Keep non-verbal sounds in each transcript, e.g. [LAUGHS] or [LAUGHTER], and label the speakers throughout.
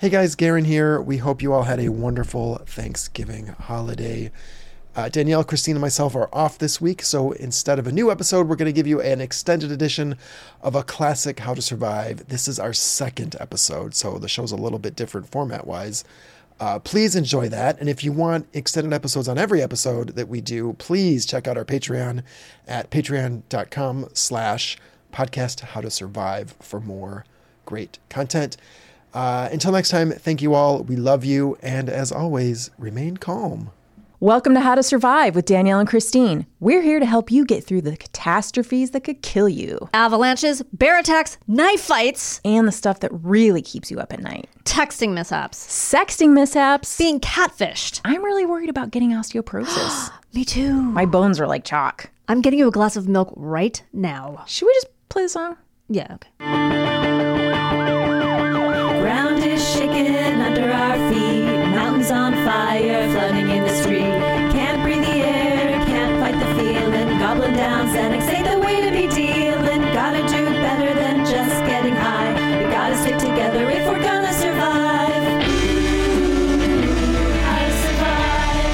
Speaker 1: Hey guys, Garen here. We hope you all had a wonderful Thanksgiving holiday. Uh, Danielle, Christine, and myself are off this week, so instead of a new episode, we're going to give you an extended edition of a classic How to Survive. This is our second episode, so the show's a little bit different format wise. Uh, please enjoy that. And if you want extended episodes on every episode that we do, please check out our Patreon at patreon.com slash podcast how to survive for more great content. Uh, until next time, thank you all. We love you. And as always, remain calm.
Speaker 2: Welcome to How to Survive with Danielle and Christine. We're here to help you get through the catastrophes that could kill you
Speaker 3: Avalanches, bear attacks, knife fights,
Speaker 2: and the stuff that really keeps you up at night.
Speaker 3: texting mishaps,
Speaker 2: Sexting mishaps.
Speaker 3: being catfished.
Speaker 2: I'm really worried about getting osteoporosis.
Speaker 3: Me too.
Speaker 2: My bones are like chalk.
Speaker 3: I'm getting you a glass of milk right now.
Speaker 2: Should we just play the song?
Speaker 3: Yeah, okay.
Speaker 4: Ground is shaking under our feet. Mountains on fire, flooding in the street. Can't breathe the air, can't fight the feeling. Goblin down, Xanax ain't the way to be dealing. Gotta do better than just getting high. We gotta stick together if we're gonna survive. Ooh, how to survive.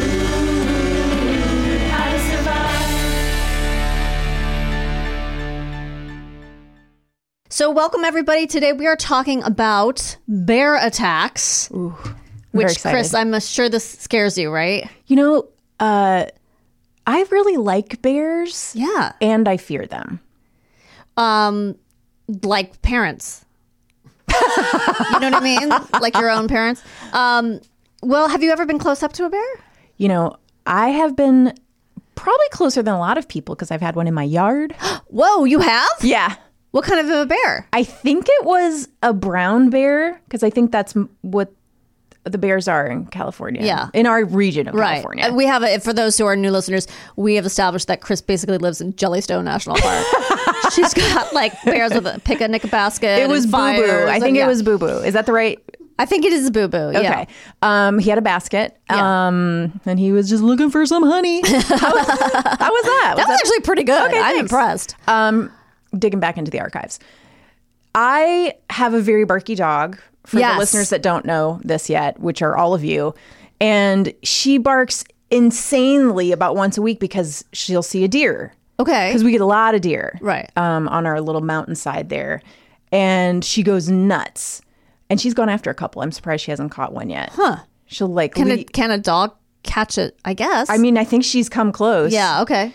Speaker 4: Ooh, how to survive.
Speaker 3: So, welcome everybody. Today we are talking about bear attacks,
Speaker 2: very
Speaker 3: which,
Speaker 2: excited.
Speaker 3: Chris, I'm sure this scares you, right?
Speaker 2: You know, uh, I really like bears
Speaker 3: Yeah.
Speaker 2: and I fear them.
Speaker 3: Um, like parents. [LAUGHS] you know what I mean? Like your own parents. Um, well, have you ever been close up to a bear?
Speaker 2: You know, I have been probably closer than a lot of people because I've had one in my yard.
Speaker 3: Whoa, you have?
Speaker 2: yeah.
Speaker 3: What kind of a bear?
Speaker 2: I think it was a brown bear because I think that's m- what the bears are in California.
Speaker 3: Yeah.
Speaker 2: In our region of
Speaker 3: Right.
Speaker 2: California.
Speaker 3: Uh, We have a, for those who are new listeners, we have established that Chris basically lives in Jellystone National
Speaker 2: [LAUGHS]
Speaker 3: Park. She's got like bears with a picnic basket.
Speaker 2: it was
Speaker 3: and
Speaker 2: Boo Boo.
Speaker 3: fires
Speaker 2: I
Speaker 3: and-
Speaker 2: think
Speaker 3: yeah.
Speaker 2: it was Boo Boo. Is that the right?
Speaker 3: I think it is boo boo. Yeah.
Speaker 2: Okay. Um, he had a basket.
Speaker 3: Yeah.
Speaker 2: Um, and he was just looking for some
Speaker 3: [LAUGHS]
Speaker 2: honey. How, how was that? Was
Speaker 3: That was actually pretty good.
Speaker 2: Okay,
Speaker 3: I'm
Speaker 2: thanks.
Speaker 3: impressed.
Speaker 2: Um, digging back into the archives. I have a very barky dog for
Speaker 3: Yes.
Speaker 2: the listeners that don't know this yet, which are all of you. And she barks insanely about once a week because she'll see a deer.
Speaker 3: Okay.
Speaker 2: Because we get a lot of deer.
Speaker 3: Right.
Speaker 2: Um, on our little mountainside there. And she goes nuts. And she's gone after a couple. I'm surprised she hasn't caught one yet. Huh. She'll like,
Speaker 3: Can a,
Speaker 2: lead-
Speaker 3: can a dog catch it? I guess.
Speaker 2: I mean, I think she's come close.
Speaker 3: yeah. Okay.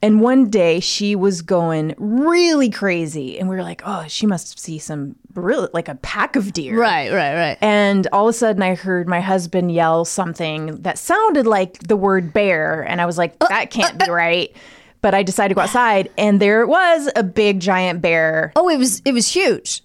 Speaker 2: And one day she was going really crazy, and we were like, "Oh, she must see some real like a pack of deer."
Speaker 3: Right. Right. Right.
Speaker 2: And all of a sudden, I heard my husband yell something that sounded like the word bear, and I was like,
Speaker 3: Uh,
Speaker 2: "That can't be right." But I decided to go outside, and there it was, a big giant bear.
Speaker 3: oh, it was it was huge.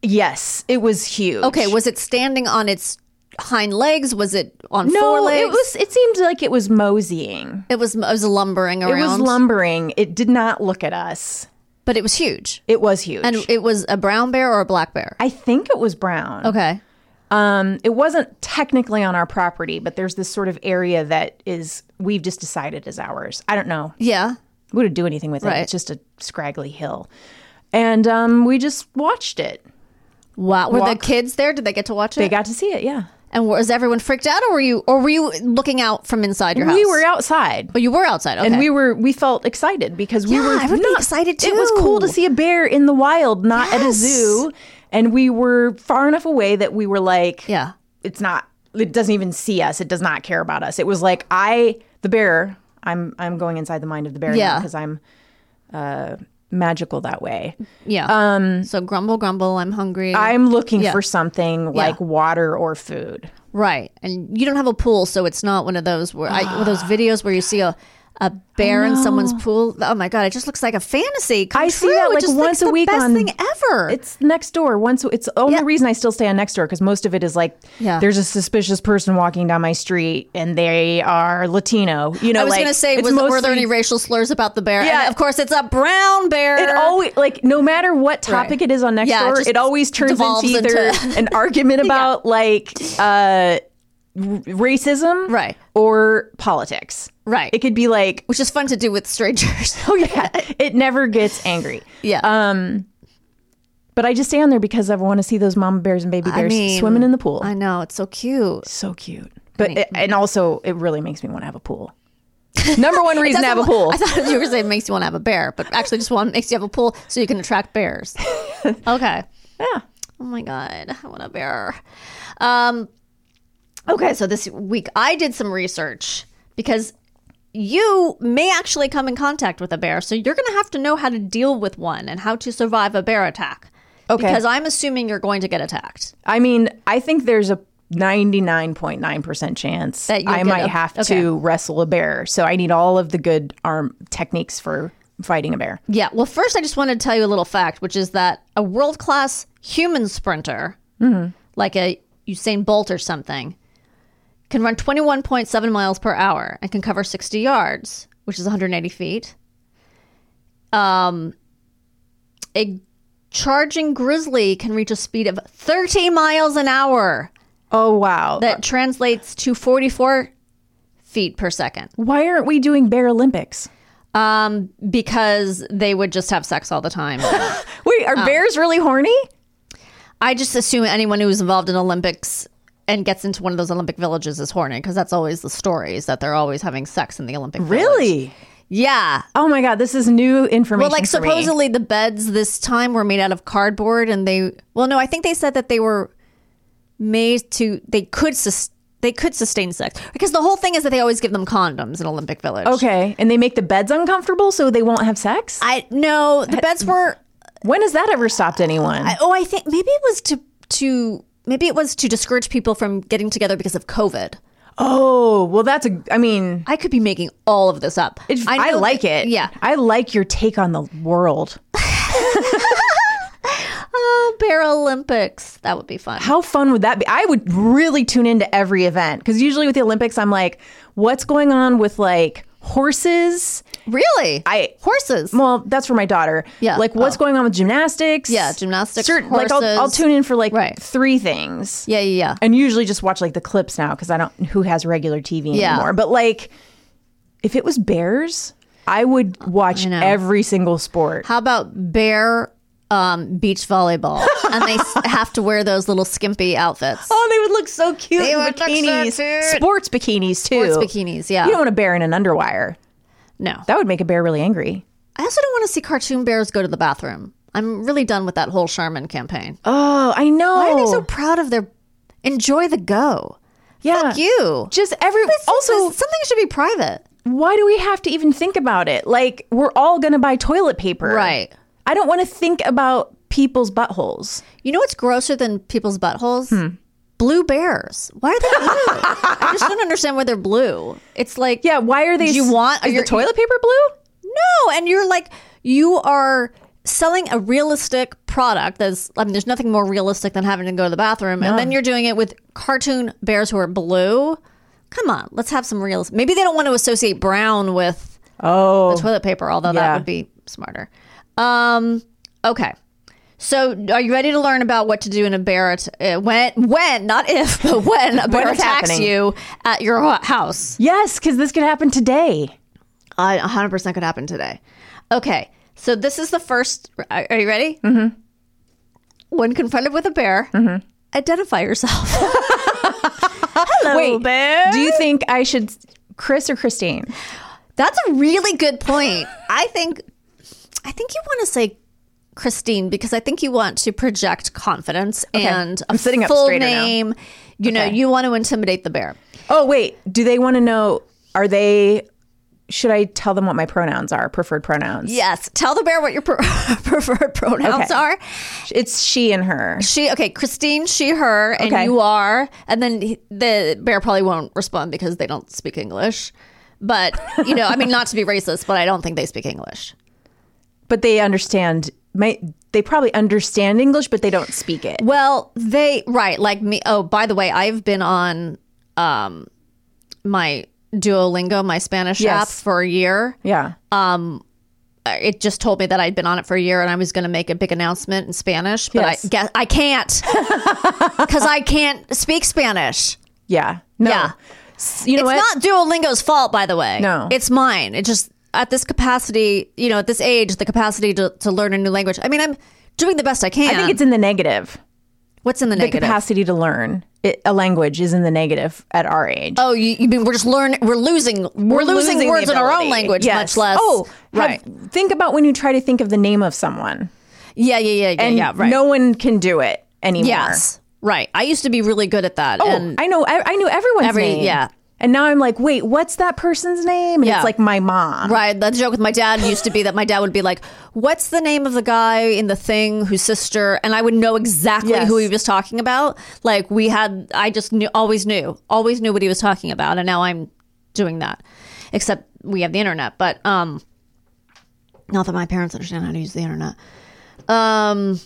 Speaker 2: Yes, it was huge.
Speaker 3: Okay. Was it standing on its hind legs? Was it on four
Speaker 2: no,
Speaker 3: legs?
Speaker 2: it was. It seemed like it was moseying.
Speaker 3: It was. It was lumbering around.
Speaker 2: It was lumbering. It did not look at us.
Speaker 3: but it was huge.
Speaker 2: It was huge.
Speaker 3: And it was a brown bear or a black bear.
Speaker 2: I think it was brown.
Speaker 3: Okay.
Speaker 2: Um, it wasn't technically on our property, but there's this sort of area that is we've just decided is ours. I don't know.
Speaker 3: Yeah.
Speaker 2: We wouldn't do anything with it.
Speaker 3: Right.
Speaker 2: It's just a scraggly hill, and um, we just watched it.
Speaker 3: Wow. Were
Speaker 2: Walk-
Speaker 3: the kids there? Did they get to watch it?
Speaker 2: They got to see it. Yeah,
Speaker 3: and was everyone freaked out, or were you, or were you looking out from inside your house?
Speaker 2: we were outside.
Speaker 3: But you were outside. Okay.
Speaker 2: And we were we felt excited because we
Speaker 3: Yeah,
Speaker 2: were
Speaker 3: I would be
Speaker 2: not-
Speaker 3: excited
Speaker 2: It was cool to
Speaker 3: too.
Speaker 2: see a bear in the wild, not at a
Speaker 3: Yes.
Speaker 2: zoo, and we were far enough away that we were like,
Speaker 3: Yeah.
Speaker 2: it's not it doesn't even see us it does not care about us it was like i the bear i'm i'm going inside the mind of the bear
Speaker 3: Yeah.
Speaker 2: because i'm uh magical that way
Speaker 3: Yeah. Um. So grumble, grumble. I'm hungry.
Speaker 2: i'm looking
Speaker 3: Yeah.
Speaker 2: for something like water or food
Speaker 3: right. And you don't have a pool, so it's not one of those where I one of those videos where you see a a bear in someone's pool. Oh my god, it just looks like a fantasy. Come
Speaker 2: I see
Speaker 3: true.
Speaker 2: that,
Speaker 3: It
Speaker 2: like,
Speaker 3: just
Speaker 2: once
Speaker 3: looks
Speaker 2: a week
Speaker 3: The best
Speaker 2: on-
Speaker 3: thing ever.
Speaker 2: It's next door. Once it's the only
Speaker 3: Yeah.
Speaker 2: reason I still stay on next door because most of it is like
Speaker 3: Yeah.
Speaker 2: there's a suspicious person walking down my street and they are Latino. You know,
Speaker 3: I was
Speaker 2: like,
Speaker 3: gonna say,
Speaker 2: it's
Speaker 3: was, were there
Speaker 2: mostly-
Speaker 3: any racial slurs about the bear? And
Speaker 2: Yeah.
Speaker 3: of course, it's a brown bear.
Speaker 2: It always like no matter what topic
Speaker 3: Right.
Speaker 2: it is on next
Speaker 3: Yeah, it
Speaker 2: door,
Speaker 3: just
Speaker 2: it always turns into
Speaker 3: devolves
Speaker 2: either [LAUGHS]
Speaker 3: into- [LAUGHS]
Speaker 2: an argument about like uh, r- racism,
Speaker 3: Right.
Speaker 2: or politics,
Speaker 3: Right.
Speaker 2: It could be
Speaker 3: [LAUGHS]
Speaker 2: like,
Speaker 3: which is fun to do with strangers.
Speaker 2: oh yeah, it never gets angry.
Speaker 3: [LAUGHS] yeah,
Speaker 2: But I just stay on there because I want to see those mama bears and baby
Speaker 3: I
Speaker 2: bears
Speaker 3: mean,
Speaker 2: swimming in the pool.
Speaker 3: I know it's so cute.
Speaker 2: so cute. But it, and also, it really makes me want to have a pool.
Speaker 3: [LAUGHS]
Speaker 2: Number one reason to have a
Speaker 3: Doesn't-
Speaker 2: pool.
Speaker 3: I thought you were gonna say it makes you want to have a bear, but actually, just one makes you have a pool so you can
Speaker 2: [LAUGHS]
Speaker 3: attract bears. okay.
Speaker 2: Yeah.
Speaker 3: Oh my god, I want a bear. Um, okay, so this week I did some research because you may actually come in contact with a bear, so you're going to have to know how to deal with one and how to survive a bear attack.
Speaker 2: Okay.
Speaker 3: Because I'm assuming you're going to get attacked.
Speaker 2: I mean, I think there's a 99.9% chance
Speaker 3: That you'll
Speaker 2: I
Speaker 3: get
Speaker 2: might
Speaker 3: a-
Speaker 2: have
Speaker 3: okay.
Speaker 2: to wrestle a bear. So I need all of the good arm techniques for fighting a bear.
Speaker 3: Yeah. Well, first, I just want to tell you a little fact, which is that a world class human sprinter, like a Usain Bolt or something, can run 21.7 miles per hour and can cover 60 yards, which is 180 feet. Um, a charging grizzly can reach a speed of 30 miles an hour.
Speaker 2: Oh, wow.
Speaker 3: That translates to 44 feet per second.
Speaker 2: Why aren't we doing Bear Olympics?
Speaker 3: Um, because they would just have sex all the time.
Speaker 2: Wait,
Speaker 3: Oh.
Speaker 2: are bears really horny?
Speaker 3: I just assume anyone who's involved in Olympics and gets into one of those Olympic villages is horny because that's always the story is that they're always having sex in the Olympic. village.
Speaker 2: Really?
Speaker 3: Yeah.
Speaker 2: Oh my God, this is new information.
Speaker 3: Well, like
Speaker 2: for me.
Speaker 3: supposedly the beds this time were made out of cardboard, and they well, no, I think they said that they were made to they could sus- they could sustain sex because the whole thing is that they always give them condoms in Olympic Village.
Speaker 2: Okay, and they make the beds uncomfortable so they won't have sex?
Speaker 3: I no, the beds were
Speaker 2: When has that ever stopped anyone?
Speaker 3: oh, I think maybe it was to to maybe it was to discourage people from getting together because of COVID.
Speaker 2: oh, well, that's a, I mean,
Speaker 3: I could be making all of this up.
Speaker 2: It, I,
Speaker 3: know
Speaker 2: like
Speaker 3: that-
Speaker 2: it.
Speaker 3: Yeah.
Speaker 2: I like your take on the world.
Speaker 3: Oh, Paralympics. That would be fun.
Speaker 2: How fun would that be? I would really tune into every event because usually with the Olympics, I'm like, what's going on with like horses?
Speaker 3: [SIGHS] really?
Speaker 2: I-
Speaker 3: horses.
Speaker 2: Well, that's for my daughter.
Speaker 3: Yeah. Oh.
Speaker 2: Like, what's going on with gymnastics?
Speaker 3: Yeah, gymnastics,
Speaker 2: Like, I'll, I'll
Speaker 3: horses.
Speaker 2: tune in for like
Speaker 3: Right.
Speaker 2: three things.
Speaker 3: yeah, yeah, yeah.
Speaker 2: And usually just watch like the clips now because I don't, who has regular TV
Speaker 3: Yeah.
Speaker 2: anymore? But like, if it was bears, I would watch
Speaker 3: know.
Speaker 2: every single sport.
Speaker 3: How about bear um, beach [LAUGHS] volleyball? and they s- have to wear those little skimpy outfits.
Speaker 2: Oh, they would look so cute
Speaker 3: They
Speaker 2: in
Speaker 3: would look so
Speaker 2: bikinis.
Speaker 3: cute.
Speaker 2: Sports bikinis too.
Speaker 3: Sports bikinis, yeah.
Speaker 2: You don't want a bear in an underwire.
Speaker 3: no.
Speaker 2: That would make a bear really angry.
Speaker 3: I also don't want to see cartoon bears go to the bathroom. I'm really done with that whole Charmin campaign.
Speaker 2: Oh, I know.
Speaker 3: Why are they so proud of their enjoy the go?
Speaker 2: yeah.
Speaker 3: Fuck you.
Speaker 2: Just every
Speaker 3: This-
Speaker 2: also,
Speaker 3: this- something should be private.
Speaker 2: why do we have to even think about it? Like we're all gonna buy toilet paper.
Speaker 3: Right.
Speaker 2: I don't want to think about people's buttholes.
Speaker 3: You know what's grosser than people's buttholes?
Speaker 2: Hmm.
Speaker 3: Blue bears. Why are they blue? I just don't understand why they're blue. It's like
Speaker 2: Yeah, why are they
Speaker 3: Do you want-
Speaker 2: is
Speaker 3: you're-
Speaker 2: the toilet paper blue?
Speaker 3: no, and you're like you are selling a realistic product. That's I mean, there's nothing more realistic than having to go to the bathroom, and then you're doing it with cartoon bears who are blue. Come on, let's have some real. Maybe they don't want to associate brown with
Speaker 2: Oh.
Speaker 3: the toilet paper, although that
Speaker 2: yeah.
Speaker 3: would be smarter. Um, okay. So, are you ready to learn about what to do in a bear at, uh, when when not if [LAUGHS] but when a bear
Speaker 2: it's
Speaker 3: attacks
Speaker 2: happening.
Speaker 3: you at your ho- house?
Speaker 2: Yes, because this could happen today.
Speaker 3: A hundred percent could happen today. Okay, so this is the first. Are are you ready? Mm-hmm. When confronted with a bear,
Speaker 2: Mm-hmm.
Speaker 3: identify yourself. Hello,
Speaker 2: Wait, do you think I should Chris or Christine?
Speaker 3: That's a really good point. I think I think you want to say Christine because I think you want to project confidence and a
Speaker 2: I'm sitting up
Speaker 3: full
Speaker 2: straighter now.
Speaker 3: name. You know,
Speaker 2: Okay.
Speaker 3: you want to intimidate the bear.
Speaker 2: Oh, wait. Do they want to know? Are they. Should I tell them what my pronouns are, preferred pronouns?
Speaker 3: Yes, tell the bear what your pre- [LAUGHS] preferred pronouns
Speaker 2: Okay.
Speaker 3: are.
Speaker 2: It's she and her.
Speaker 3: She okay, Christine, she, her, and
Speaker 2: Okay.
Speaker 3: you are, and then he- the bear probably won't respond because they don't speak English. But, you know, I mean, not to be racist, but I don't think they speak English.
Speaker 2: but they understand. May, they probably understand English, but they don't speak it.
Speaker 3: Well, they right, like me. Oh, by the way, I've been on um my Duolingo, my Spanish app
Speaker 2: Yes.
Speaker 3: for a year. Uh,
Speaker 2: Yeah.
Speaker 3: It just told me that I'd been on it for a year and I was going to make a big announcement in Spanish, but
Speaker 2: Yes.
Speaker 3: I guess
Speaker 2: [LAUGHS]
Speaker 3: I can't cuz I can't speak Spanish.
Speaker 2: yeah. No.
Speaker 3: Yeah.
Speaker 2: S- You know
Speaker 3: it's
Speaker 2: what?
Speaker 3: not Duolingo's fault, by the way.
Speaker 2: No.
Speaker 3: It's mine. It just at this capacity, you know, at this age, the capacity to, to learn a new language. I mean, I'm doing the best I can.
Speaker 2: I think it's in the negative.
Speaker 3: what's in the
Speaker 2: The
Speaker 3: negative.
Speaker 2: capacity to learn it, a language is in the negative at our age.
Speaker 3: Oh, you, you mean we're just learn we're losing we're, losing,
Speaker 2: the
Speaker 3: words in our own
Speaker 2: ability.
Speaker 3: language,
Speaker 2: Yes.
Speaker 3: much less.
Speaker 2: Oh,
Speaker 3: right.
Speaker 2: right. think about when you try to think of the name of someone,
Speaker 3: yeah, yeah, yeah, yeah,
Speaker 2: and
Speaker 3: yeah. Right.
Speaker 2: no one can do it anymore.
Speaker 3: Yes. Right. I used to be really good at that.
Speaker 2: Oh,
Speaker 3: and
Speaker 2: I know. I, I knew everyone's
Speaker 3: Every-
Speaker 2: name.
Speaker 3: yeah.
Speaker 2: And now I'm like, wait, what's that person's name? And
Speaker 3: Yeah.
Speaker 2: it's like my mom.
Speaker 3: right. The joke with my dad used to be that my dad would be like, "What's the name of the guy in the thing whose sister?" And I would know exactly
Speaker 2: Yes.
Speaker 3: who he was talking about. Like we had, I just knew, always knew, always knew what he was talking about. And now I'm doing that, except we have the internet. But um, not that my parents understand how to use the internet. Um.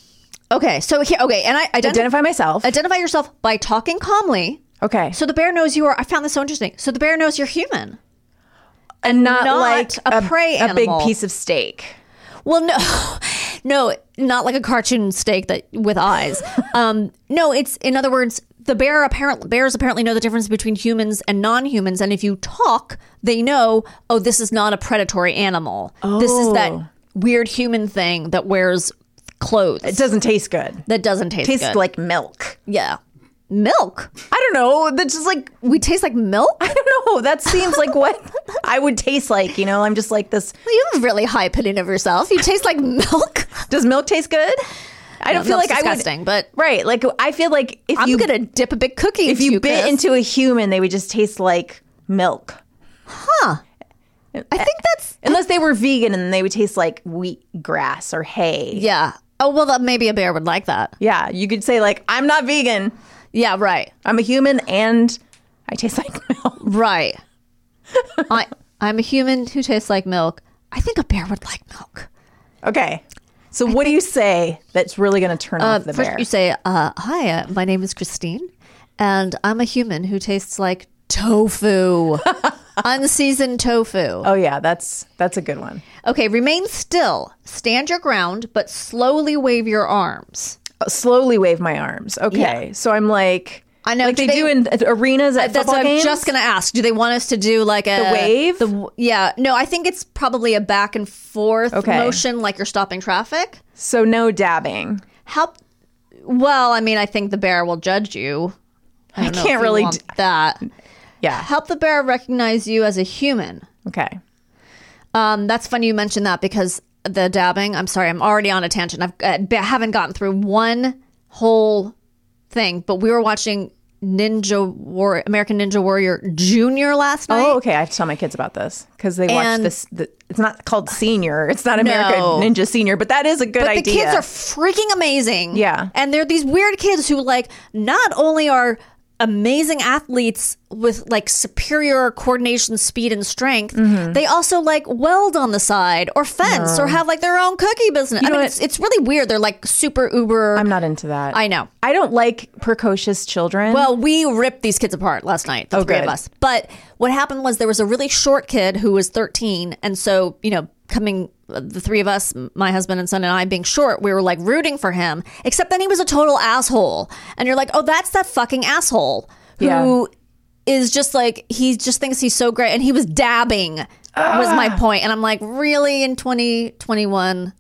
Speaker 3: Okay, so here, okay, and I identify,
Speaker 2: Identify myself.
Speaker 3: identify yourself by talking calmly.
Speaker 2: okay.
Speaker 3: So the bear knows you are. I found this so interesting. So the bear knows you're human.
Speaker 2: and not,
Speaker 3: not
Speaker 2: like
Speaker 3: a prey
Speaker 2: a big
Speaker 3: animal.
Speaker 2: piece of steak.
Speaker 3: Well, no, [LAUGHS] no, not like a cartoon steak that with eyes. um, no, it's in other words, the bear apparent bears apparently know the difference between humans and non-humans, and if you talk, they know. Oh, this is not a predatory animal. This is
Speaker 2: Oh.
Speaker 3: that weird human thing that wears clothes
Speaker 2: It doesn't taste good.
Speaker 3: that doesn't taste
Speaker 2: Tastes
Speaker 3: good.
Speaker 2: like milk.
Speaker 3: yeah, milk.
Speaker 2: I don't know. That's just like [LAUGHS]
Speaker 3: We taste like milk.
Speaker 2: I don't know. That seems like what I would taste like. You know, I'm just like this.
Speaker 3: [LAUGHS] You have a really high opinion of yourself. You taste like milk.
Speaker 2: Does milk taste good? I don't feel like I
Speaker 3: disgusting, but
Speaker 2: would. Right. Like I feel like if
Speaker 3: I'm
Speaker 2: you
Speaker 3: gonna dip a big cookie.
Speaker 2: if you bit into a human, they would just taste like milk.
Speaker 3: I think that's
Speaker 2: Unless they were vegan and they would taste like wheat grass or hay.
Speaker 3: yeah. Oh well, that maybe a bear would like that.
Speaker 2: Yeah, you could say like, I'm not vegan.
Speaker 3: Yeah, right,
Speaker 2: I'm a human and I taste like [LAUGHS] milk.
Speaker 3: right. [LAUGHS] I I'm a human who tastes like milk. I think a bear would like milk.
Speaker 2: Okay. So what do you say that's really going to turn off the
Speaker 3: Uh, First,
Speaker 2: bear?
Speaker 3: you say, uh, "Hi, uh, my name is Christine, and I'm a human who tastes like tofu, unseasoned tofu."
Speaker 2: oh yeah, that's that's a good one.
Speaker 3: Okay, remain still, stand your ground, but slowly wave your arms.
Speaker 2: Uh, Slowly wave my arms. Okay. So I'm like
Speaker 3: I know,
Speaker 2: like
Speaker 3: do
Speaker 2: they,
Speaker 3: they-
Speaker 2: do in th- arenas at
Speaker 3: That's
Speaker 2: football
Speaker 3: what I'm
Speaker 2: games.
Speaker 3: just gonna ask. Do they want us to do like a
Speaker 2: The wave?
Speaker 3: The yeah, no. I think it's probably a back and forth
Speaker 2: Okay.
Speaker 3: motion, like you're stopping traffic.
Speaker 2: so no dabbing.
Speaker 3: How? Well, I mean, I think the bear will judge you. I, don't know
Speaker 2: can't
Speaker 3: if you
Speaker 2: really
Speaker 3: want
Speaker 2: d-
Speaker 3: that.
Speaker 2: Yeah.
Speaker 3: Help the bear recognize you as a human.
Speaker 2: Okay.
Speaker 3: Um, that's funny you mentioned that because the dabbing. I'm sorry, I'm already on a tangent. I've, I haven't gotten through one whole thing, but we were watching Ninja War, American Ninja Warrior Junior last night.
Speaker 2: Oh, okay. I have to tell my kids about this because they watch
Speaker 3: And-
Speaker 2: this. The, it's not called Senior. It's not American
Speaker 3: No.
Speaker 2: Ninja Senior, but that is a good
Speaker 3: But
Speaker 2: idea.
Speaker 3: the kids are freaking amazing.
Speaker 2: Yeah.
Speaker 3: And they're these weird kids who like not only are amazing athletes with like superior coordination, speed and strength,
Speaker 2: Mm-hmm.
Speaker 3: they also like weld on the side or fence or have like their own cookie business. I mean it's, it's really weird. They're like super uber
Speaker 2: I'm not into that.
Speaker 3: I know.
Speaker 2: I don't like precocious children.
Speaker 3: Well, we ripped these kids apart last night, the three of
Speaker 2: Oh, good.
Speaker 3: us. But what happened was there was a really short kid who was 13. And so, you know, coming, the three of us, my husband and son and I being short, we were like rooting for him, except then he was a total asshole. And you're like, oh, that's that fucking asshole who is just like, he just thinks he's so great. And he was dabbing, was my point. And I'm like, really? In 2021?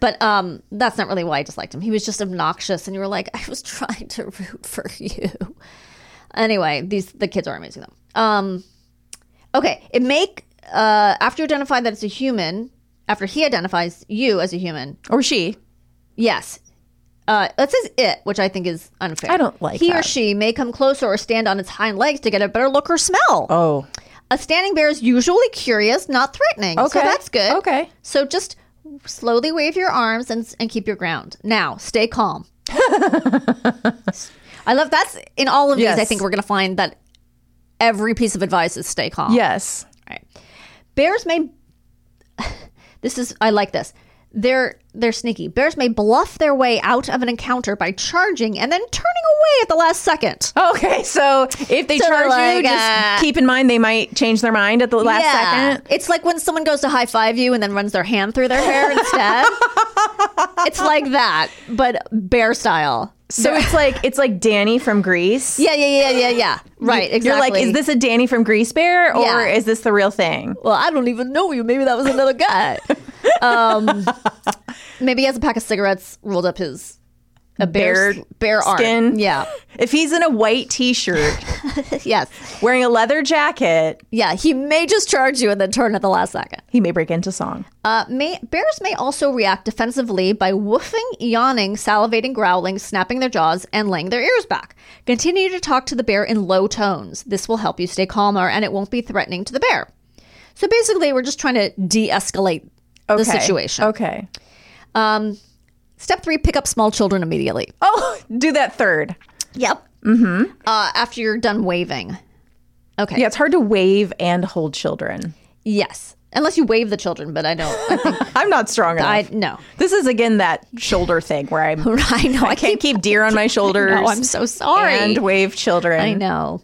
Speaker 3: But um, that's not really why I disliked him. He was just obnoxious, and you were like, I was trying to root for you. Anyway, these the kids are amazing though. Um, okay, it make uh, after you identify that it's a human. After he identifies you as a human,
Speaker 2: or she.
Speaker 3: yes, uh, it says it, which I think is unfair.
Speaker 2: I don't like
Speaker 3: he or
Speaker 2: that.
Speaker 3: she may come closer or stand on its hind legs to get a better look or smell.
Speaker 2: Oh,
Speaker 3: A standing bear is usually curious, not threatening. Okay. So
Speaker 2: Okay.
Speaker 3: that's good.
Speaker 2: Okay.
Speaker 3: So just slowly wave your arms and, and keep your ground. Now, stay calm. I love that's in all of
Speaker 2: Yes.
Speaker 3: these. I think we're going to find that every piece of advice is stay calm.
Speaker 2: Yes.
Speaker 3: Bears may [SIGHS] This is I like this. They're they're sneaky. Bears may bluff their way out of an encounter by charging and then turning away at the last second.
Speaker 2: Okay, so if they
Speaker 3: So
Speaker 2: charge you,
Speaker 3: like, uh,
Speaker 2: just keep in mind they might change their mind at the last second.
Speaker 3: It's like when someone goes to high five you and then runs their hand through their hair [LAUGHS] instead. it's like that, but bear style.
Speaker 2: So it's like it's like Danny from Greece.
Speaker 3: Yeah, yeah, yeah, yeah, yeah. Right, exactly.
Speaker 2: You're like, is this a Danny from Grease Bear or
Speaker 3: Yeah.
Speaker 2: is this the real thing?
Speaker 3: well, I don't even know you. Maybe that was another guy. [LAUGHS] um, maybe he has a pack of cigarettes rolled up his a bear
Speaker 2: Bear
Speaker 3: bear arm.
Speaker 2: skin.
Speaker 3: Yeah,
Speaker 2: If he's in a white T-shirt
Speaker 3: yes,
Speaker 2: wearing a leather jacket,
Speaker 3: yeah. He may just charge you and then turn at the last second.
Speaker 2: he may break into song.
Speaker 3: Uh, may, bears may also react defensively by woofing, yawning, salivating, growling, snapping their jaws, and laying their ears back. Continue to talk to the bear in low tones. This will help you stay calmer and it won't be threatening to the bear. So basically, we're just trying to de escalate the
Speaker 2: Okay.
Speaker 3: situation.
Speaker 2: Okay.
Speaker 3: Um, step three pick up small children immediately.
Speaker 2: Oh, [LAUGHS] do that third.
Speaker 3: Yep. Mm-hmm. Uh, after you're done waving. Okay.
Speaker 2: Yeah, it's hard to wave and hold children.
Speaker 3: Yes. Unless you wave the children, but I don't.
Speaker 2: [LAUGHS]
Speaker 3: I think
Speaker 2: I'm not strong enough.
Speaker 3: I no.
Speaker 2: this is again that shoulder thing where I'm
Speaker 3: [LAUGHS] I know. I,
Speaker 2: can't keep deer on my shoulders.
Speaker 3: [LAUGHS] No, I'm so sorry.
Speaker 2: And wave children.
Speaker 3: I know.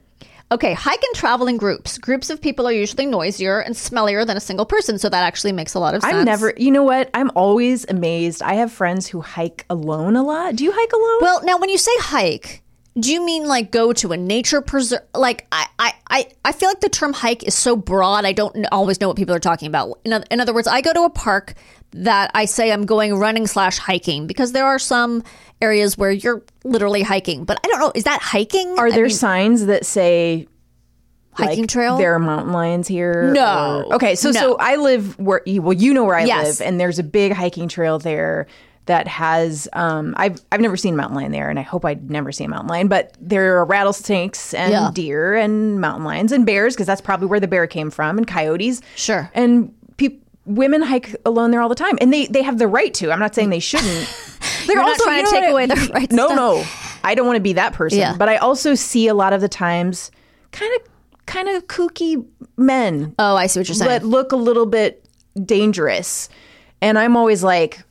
Speaker 3: Okay, hike and travel in groups. Groups of people are usually noisier and smellier than a single person, so that actually makes a lot of sense.
Speaker 2: I'm never. You know what? I'm always amazed. I have friends who hike alone a lot. Do you hike alone?
Speaker 3: Well, now when you say hike, do you mean like go to a nature preserve? Like I, I, I, I feel like the term hike is so broad. I don't kn- always know what people are talking about. In, oth- in other words, I go to a park that I say I'm going running slash hiking because there are some areas where you're literally hiking, but I don't know. Is that hiking?
Speaker 2: Are
Speaker 3: I
Speaker 2: there
Speaker 3: mean,
Speaker 2: signs that say
Speaker 3: hiking trail?
Speaker 2: there are mountain lions here?
Speaker 3: No.
Speaker 2: or- okay. So
Speaker 3: No.
Speaker 2: so I live where. you- Well, you know where I
Speaker 3: Yes.
Speaker 2: live, and there's a big hiking trail there that has. Um, I've I've never seen a mountain lion there, and I hope I'd never see a mountain lion. But there are rattlesnakes and
Speaker 3: Yeah.
Speaker 2: deer and mountain lions and bears because that's probably where the bear came from, and coyotes.
Speaker 3: Sure.
Speaker 2: And peop Women hike alone there all the time, and they, they have the right to. I'm not saying they
Speaker 3: [LAUGHS]
Speaker 2: shouldn't. They're
Speaker 3: You're not
Speaker 2: you
Speaker 3: trying to
Speaker 2: know
Speaker 3: take
Speaker 2: what
Speaker 3: away their rights
Speaker 2: No,
Speaker 3: to-
Speaker 2: no, I don't want to be that person.
Speaker 3: Yeah.
Speaker 2: But I also see a lot of the times kind of kind of kooky men
Speaker 3: Oh, I see what you're saying.
Speaker 2: that look a little bit dangerous. And I'm always like,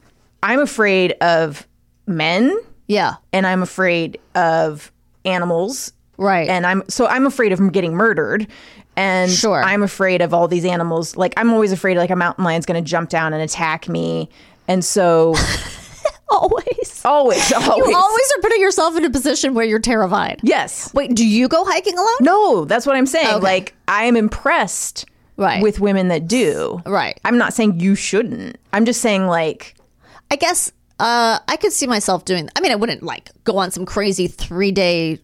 Speaker 2: I'm afraid of men
Speaker 3: yeah.
Speaker 2: and I'm afraid of animals.
Speaker 3: Right.
Speaker 2: And I'm so I'm afraid of getting murdered. And
Speaker 3: Sure.
Speaker 2: I'm afraid of all these animals. Like I'm always afraid like a mountain lion's gonna jump down and attack me. And
Speaker 3: [LAUGHS]
Speaker 2: so
Speaker 3: [LAUGHS] always.
Speaker 2: always, always.
Speaker 3: You always are putting yourself in a position where you're terrified.
Speaker 2: Yes.
Speaker 3: Wait, do you go hiking alone?
Speaker 2: No, that's what I'm saying.
Speaker 3: Okay.
Speaker 2: Like I am impressed
Speaker 3: Right.
Speaker 2: with women that do.
Speaker 3: Right.
Speaker 2: I'm not saying you shouldn't. I'm just saying like
Speaker 3: I guess uh, I could see myself doing. I mean, I wouldn't like go on some crazy three day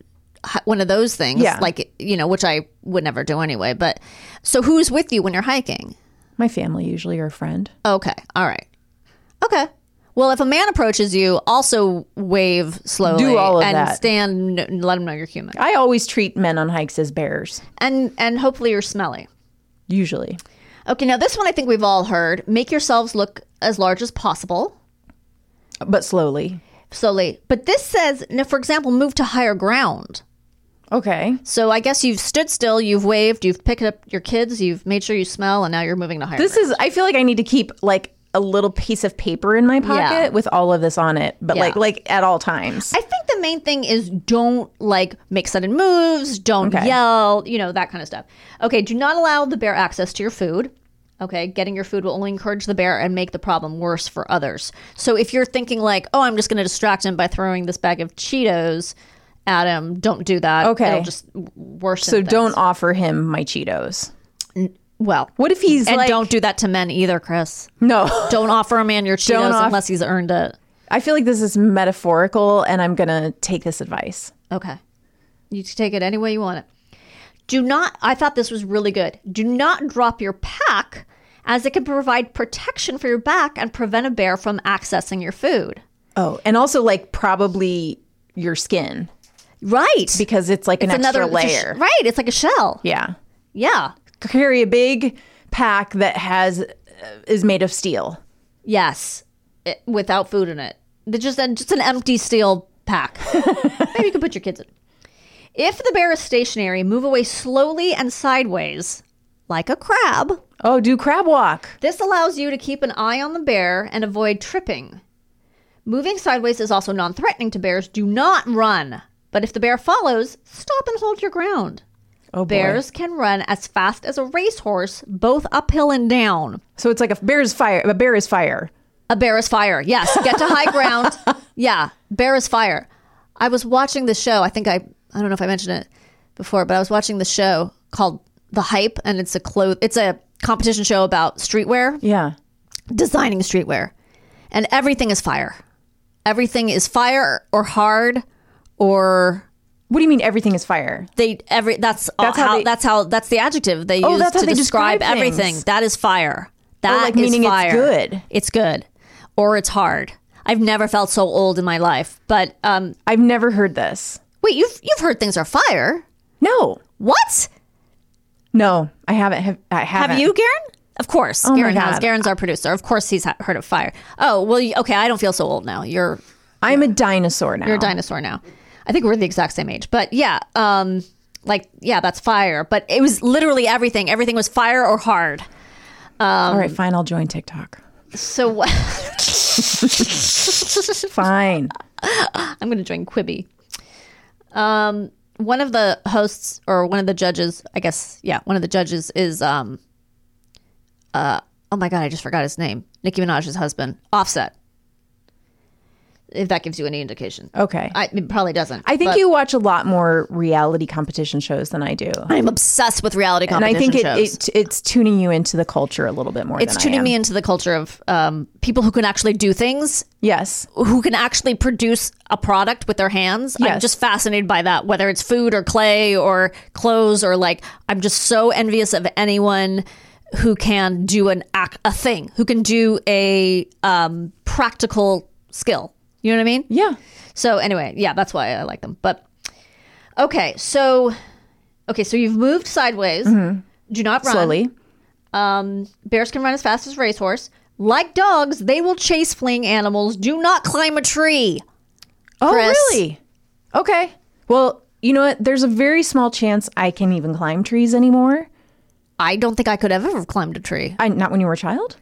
Speaker 3: one of those things.
Speaker 2: Yeah.
Speaker 3: Like you know, which I would never do anyway. But so who's with you when you're hiking?
Speaker 2: my family usually or a friend.
Speaker 3: Okay. All right. Okay. Well, if a man approaches you, also wave slowly
Speaker 2: Do all of
Speaker 3: and
Speaker 2: that.
Speaker 3: stand and let him know you're human.
Speaker 2: I always treat men on hikes as bears.
Speaker 3: And and hopefully you're smelly.
Speaker 2: Usually.
Speaker 3: Okay, now this one I think we've all heard. Make yourselves look as large as possible.
Speaker 2: But slowly.
Speaker 3: Slowly. But this says, now, for example, move to higher ground.
Speaker 2: Okay.
Speaker 3: So I guess you've stood still, you've waved, you've picked up your kids, you've made sure you smell, and now you're moving to higher.
Speaker 2: This is I feel like I need to keep like a little piece of paper in my pocket
Speaker 3: Yeah.
Speaker 2: with all of this on it, but
Speaker 3: Yeah.
Speaker 2: like like at all times.
Speaker 3: I think the main thing is don't like make sudden moves, don't
Speaker 2: Okay.
Speaker 3: yell, you know, that kind of stuff. Okay, do not allow the bear access to your food. Okay, getting your food will only encourage the bear and make the problem worse for others. So if you're thinking like, "Oh, I'm just going to distract him by throwing this bag of Cheetos at him," don't do that.
Speaker 2: Okay.
Speaker 3: It'll just w- worsen
Speaker 2: so
Speaker 3: things.
Speaker 2: don't offer him my Cheetos.
Speaker 3: well,
Speaker 2: What if he's
Speaker 3: and
Speaker 2: like
Speaker 3: don't do that to men either, Chris.
Speaker 2: No. [LAUGHS]
Speaker 3: Don't offer a man your Cheetos
Speaker 2: Don't off-
Speaker 3: unless he's earned it.
Speaker 2: I feel like this is metaphorical and I'm gonna take this advice.
Speaker 3: Okay. You can take it any way you want it. Do not, I thought this was really good. Do not drop your pack as it can provide protection for your back and prevent a bear from accessing your food.
Speaker 2: Oh, and also like probably your skin
Speaker 3: Right.
Speaker 2: because it's like an extra
Speaker 3: it's a
Speaker 2: layer.
Speaker 3: sh- right. It's like a shell.
Speaker 2: yeah.
Speaker 3: Yeah.
Speaker 2: Carry a big pack that has uh, is made of steel.
Speaker 3: Yes. It- without [LAUGHS] food in it. They're just, just an empty steel pack. Maybe you can put your kids in. If the bear is stationary, move away slowly and sideways, like a crab.
Speaker 2: Oh, do crab walk.
Speaker 3: This allows you to keep an eye on the bear and avoid tripping. Moving sideways is also non threatening to bears. Do not run. But if the bear follows, stop and hold your ground.
Speaker 2: Oh, boy.
Speaker 3: Bears can run as fast as a racehorse, both uphill and down.
Speaker 2: So it's like a bear is fire. A bear is fire.
Speaker 3: A bear is fire. Yes, get to
Speaker 2: [LAUGHS]
Speaker 3: high ground. Yeah, bear is fire. I was watching the show. I think I I don't know if I mentioned it before, but I was watching the show called The Hype, and it's a clothes. It's a competition show about streetwear
Speaker 2: Yeah.
Speaker 3: designing streetwear. And everything is fire. Everything is fire or hard or
Speaker 2: What do you mean everything is fire?
Speaker 3: they every that's
Speaker 2: That's how
Speaker 3: how,
Speaker 2: they-
Speaker 3: that's how that's the adjective they
Speaker 2: Oh,
Speaker 3: use
Speaker 2: that's
Speaker 3: to
Speaker 2: how they describe
Speaker 3: describe,
Speaker 2: things. Oh,
Speaker 3: everything. That is fire. That is
Speaker 2: like, meaning it's
Speaker 3: fire.
Speaker 2: good.
Speaker 3: It's good. Or it's hard. I've never felt so old in my life. But um
Speaker 2: I've never heard this.
Speaker 3: wait, you've you've heard things are fire.
Speaker 2: No.
Speaker 3: What?
Speaker 2: No, I haven't. Have, I haven't.
Speaker 3: Have you, Garen? Of course,
Speaker 2: my
Speaker 3: Garen has.
Speaker 2: God.
Speaker 3: Garen's our producer. Of course, he's ha- heard of fire. Oh well, you- okay. I don't feel so old now. You're
Speaker 2: I'm a dinosaur now.
Speaker 3: You're a dinosaur now. I think we're the exact same age. But yeah, um, like yeah, that's fire. But it was literally everything. Everything was fire or hard.
Speaker 2: All right, fine. I'll join TikTok.
Speaker 3: So [LAUGHS] what-
Speaker 2: Fine.
Speaker 3: I'm going to join Quibi. Um, one of the hosts or one of the judges, I guess, yeah, one of the judges is um, uh, oh my god, I just forgot his name. Nicki Minaj's husband, Offset. If that gives you any indication,
Speaker 2: Okay.
Speaker 3: Oh. I, it probably doesn't.
Speaker 2: I think
Speaker 3: but
Speaker 2: you watch a lot more reality competition shows than I do.
Speaker 3: I'm obsessed with reality
Speaker 2: And I
Speaker 3: competition
Speaker 2: think it,
Speaker 3: shows.
Speaker 2: it it's tuning you into the culture a little bit more.
Speaker 3: it's
Speaker 2: than I
Speaker 3: tuning
Speaker 2: am.
Speaker 3: me into the culture of um, people who can actually do things
Speaker 2: Yes.
Speaker 3: who can actually produce a product with their hands i'm
Speaker 2: Yes.
Speaker 3: just fascinated by that whether it's food or clay or clothes or like i'm just so envious of anyone who can do an act a thing who can do a um, practical skill you know what i mean
Speaker 2: Yeah.
Speaker 3: so anyway, yeah, that's why I like them. But okay, so okay, so you've moved sideways. Do not run
Speaker 2: Mm-hmm. Slowly.
Speaker 3: Um, bears can run as fast as a racehorse. Like dogs, they will chase fleeing animals. Do not climb a tree.
Speaker 2: Oh,
Speaker 3: Chris.
Speaker 2: really? Okay. Well, you know what? There's a very small chance I can even climb trees anymore.
Speaker 3: I don't think I could have ever climbed a tree.
Speaker 2: I not when you were a child.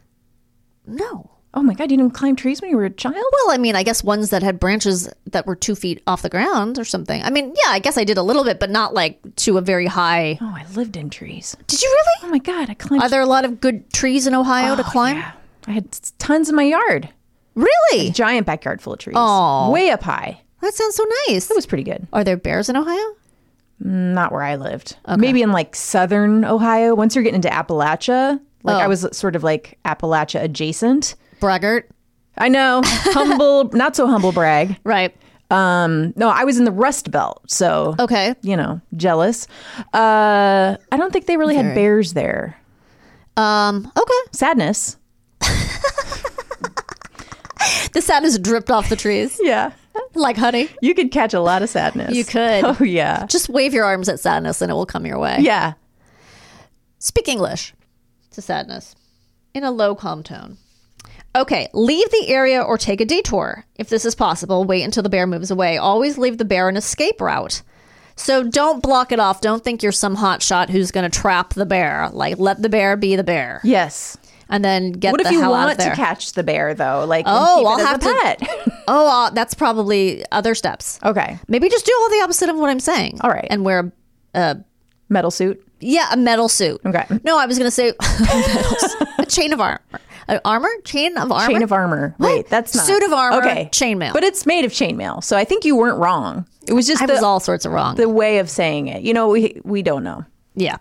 Speaker 3: No.
Speaker 2: Oh my god, you didn't climb trees when you were a child?
Speaker 3: Well, I mean, I guess ones that had branches that were two feet off the ground or something. I mean, yeah, I guess I did a little bit, but not like to a very high.
Speaker 2: Oh, I lived in trees.
Speaker 3: Did you really?
Speaker 2: Oh my god, I climbed.
Speaker 3: Are there a lot of good trees in Ohio to climb?
Speaker 2: yeah. I had s- tons in my yard.
Speaker 3: Really?
Speaker 2: Giant backyard full of trees.
Speaker 3: Aw.
Speaker 2: Way up high.
Speaker 3: That sounds so nice.
Speaker 2: It was pretty good.
Speaker 3: Are there bears in Ohio?
Speaker 2: Not where I lived. Maybe in like southern Ohio. Once you're getting into Appalachia, like
Speaker 3: Oh.
Speaker 2: I was sort of like Appalachia adjacent.
Speaker 3: Braggart.
Speaker 2: I know. [LAUGHS] Humble, not so humble brag.
Speaker 3: Right.
Speaker 2: Um, no, I was in the Rust Belt, so
Speaker 3: Okay.
Speaker 2: you know, jealous. Uh, I don't think they really had bears there.
Speaker 3: Um, okay.
Speaker 2: Sadness.
Speaker 3: The sadness dripped off the trees [LAUGHS]
Speaker 2: Yeah,
Speaker 3: like honey.
Speaker 2: you could catch a lot of sadness.
Speaker 3: You
Speaker 2: [LAUGHS]
Speaker 3: could.
Speaker 2: Oh
Speaker 3: [LAUGHS]
Speaker 2: yeah,
Speaker 3: Just wave your arms at sadness and it will come your way.
Speaker 2: yeah.
Speaker 3: Speak English to sadness in a low, calm tone. Okay, leave the area or take a detour. If this is possible, wait until the bear moves away. Always leave the bear an escape route. So don't block it off. Don't think you're some hot shot who's going to trap the bear. Like, let the bear be the bear.
Speaker 2: Yes.
Speaker 3: And then get
Speaker 2: What
Speaker 3: the
Speaker 2: if you
Speaker 3: hell out of
Speaker 2: want
Speaker 3: there.
Speaker 2: to catch the bear though? Like, and
Speaker 3: Oh,
Speaker 2: keep it
Speaker 3: I'll
Speaker 2: as a
Speaker 3: have to-
Speaker 2: pet.
Speaker 3: [LAUGHS] oh, uh, that's probably other steps.
Speaker 2: okay,
Speaker 3: Maybe just do all the opposite of what I'm saying.
Speaker 2: All right.
Speaker 3: And wear,
Speaker 2: metal suit.
Speaker 3: yeah, a metal suit.
Speaker 2: Okay.
Speaker 3: No, I was going to say [LAUGHS] metal suit. a chain of armor. Uh, armor? Chain of armor?
Speaker 2: Chain of armor. Wait, that's not
Speaker 3: Suit of armor,
Speaker 2: Okay,
Speaker 3: chainmail.
Speaker 2: But it's made of chainmail, so I think you weren't wrong. It was just
Speaker 3: I
Speaker 2: the,
Speaker 3: was all sorts of wrong.
Speaker 2: the way of saying it. You know, we we don't know.
Speaker 3: yeah.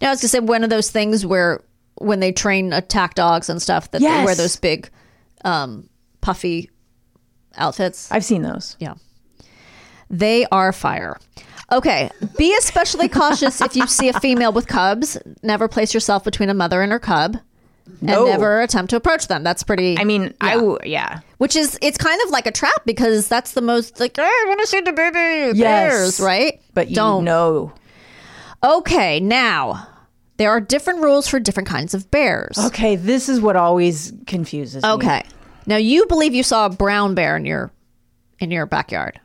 Speaker 3: No, I was going to say one of those things where when they train attack dogs and stuff that they
Speaker 2: Yes.
Speaker 3: wear those big um, puffy outfits.
Speaker 2: I've seen those.
Speaker 3: Yeah. They are fire. Okay. Be especially cautious if you see a female with cubs. Never place yourself between a mother and her cub.
Speaker 2: No.
Speaker 3: And never attempt to approach them. That's pretty.
Speaker 2: I mean, I w- yeah.
Speaker 3: which is, it's kind of like a trap because that's the most, like, "Oh, I want to see the baby. Bears, right?
Speaker 2: But you
Speaker 3: don't.
Speaker 2: know.
Speaker 3: Okay. Now, there are different rules for different kinds of bears.
Speaker 2: Okay, this is what always confuses me.
Speaker 3: Okay. Now you believe you saw a brown bear in your in your backyard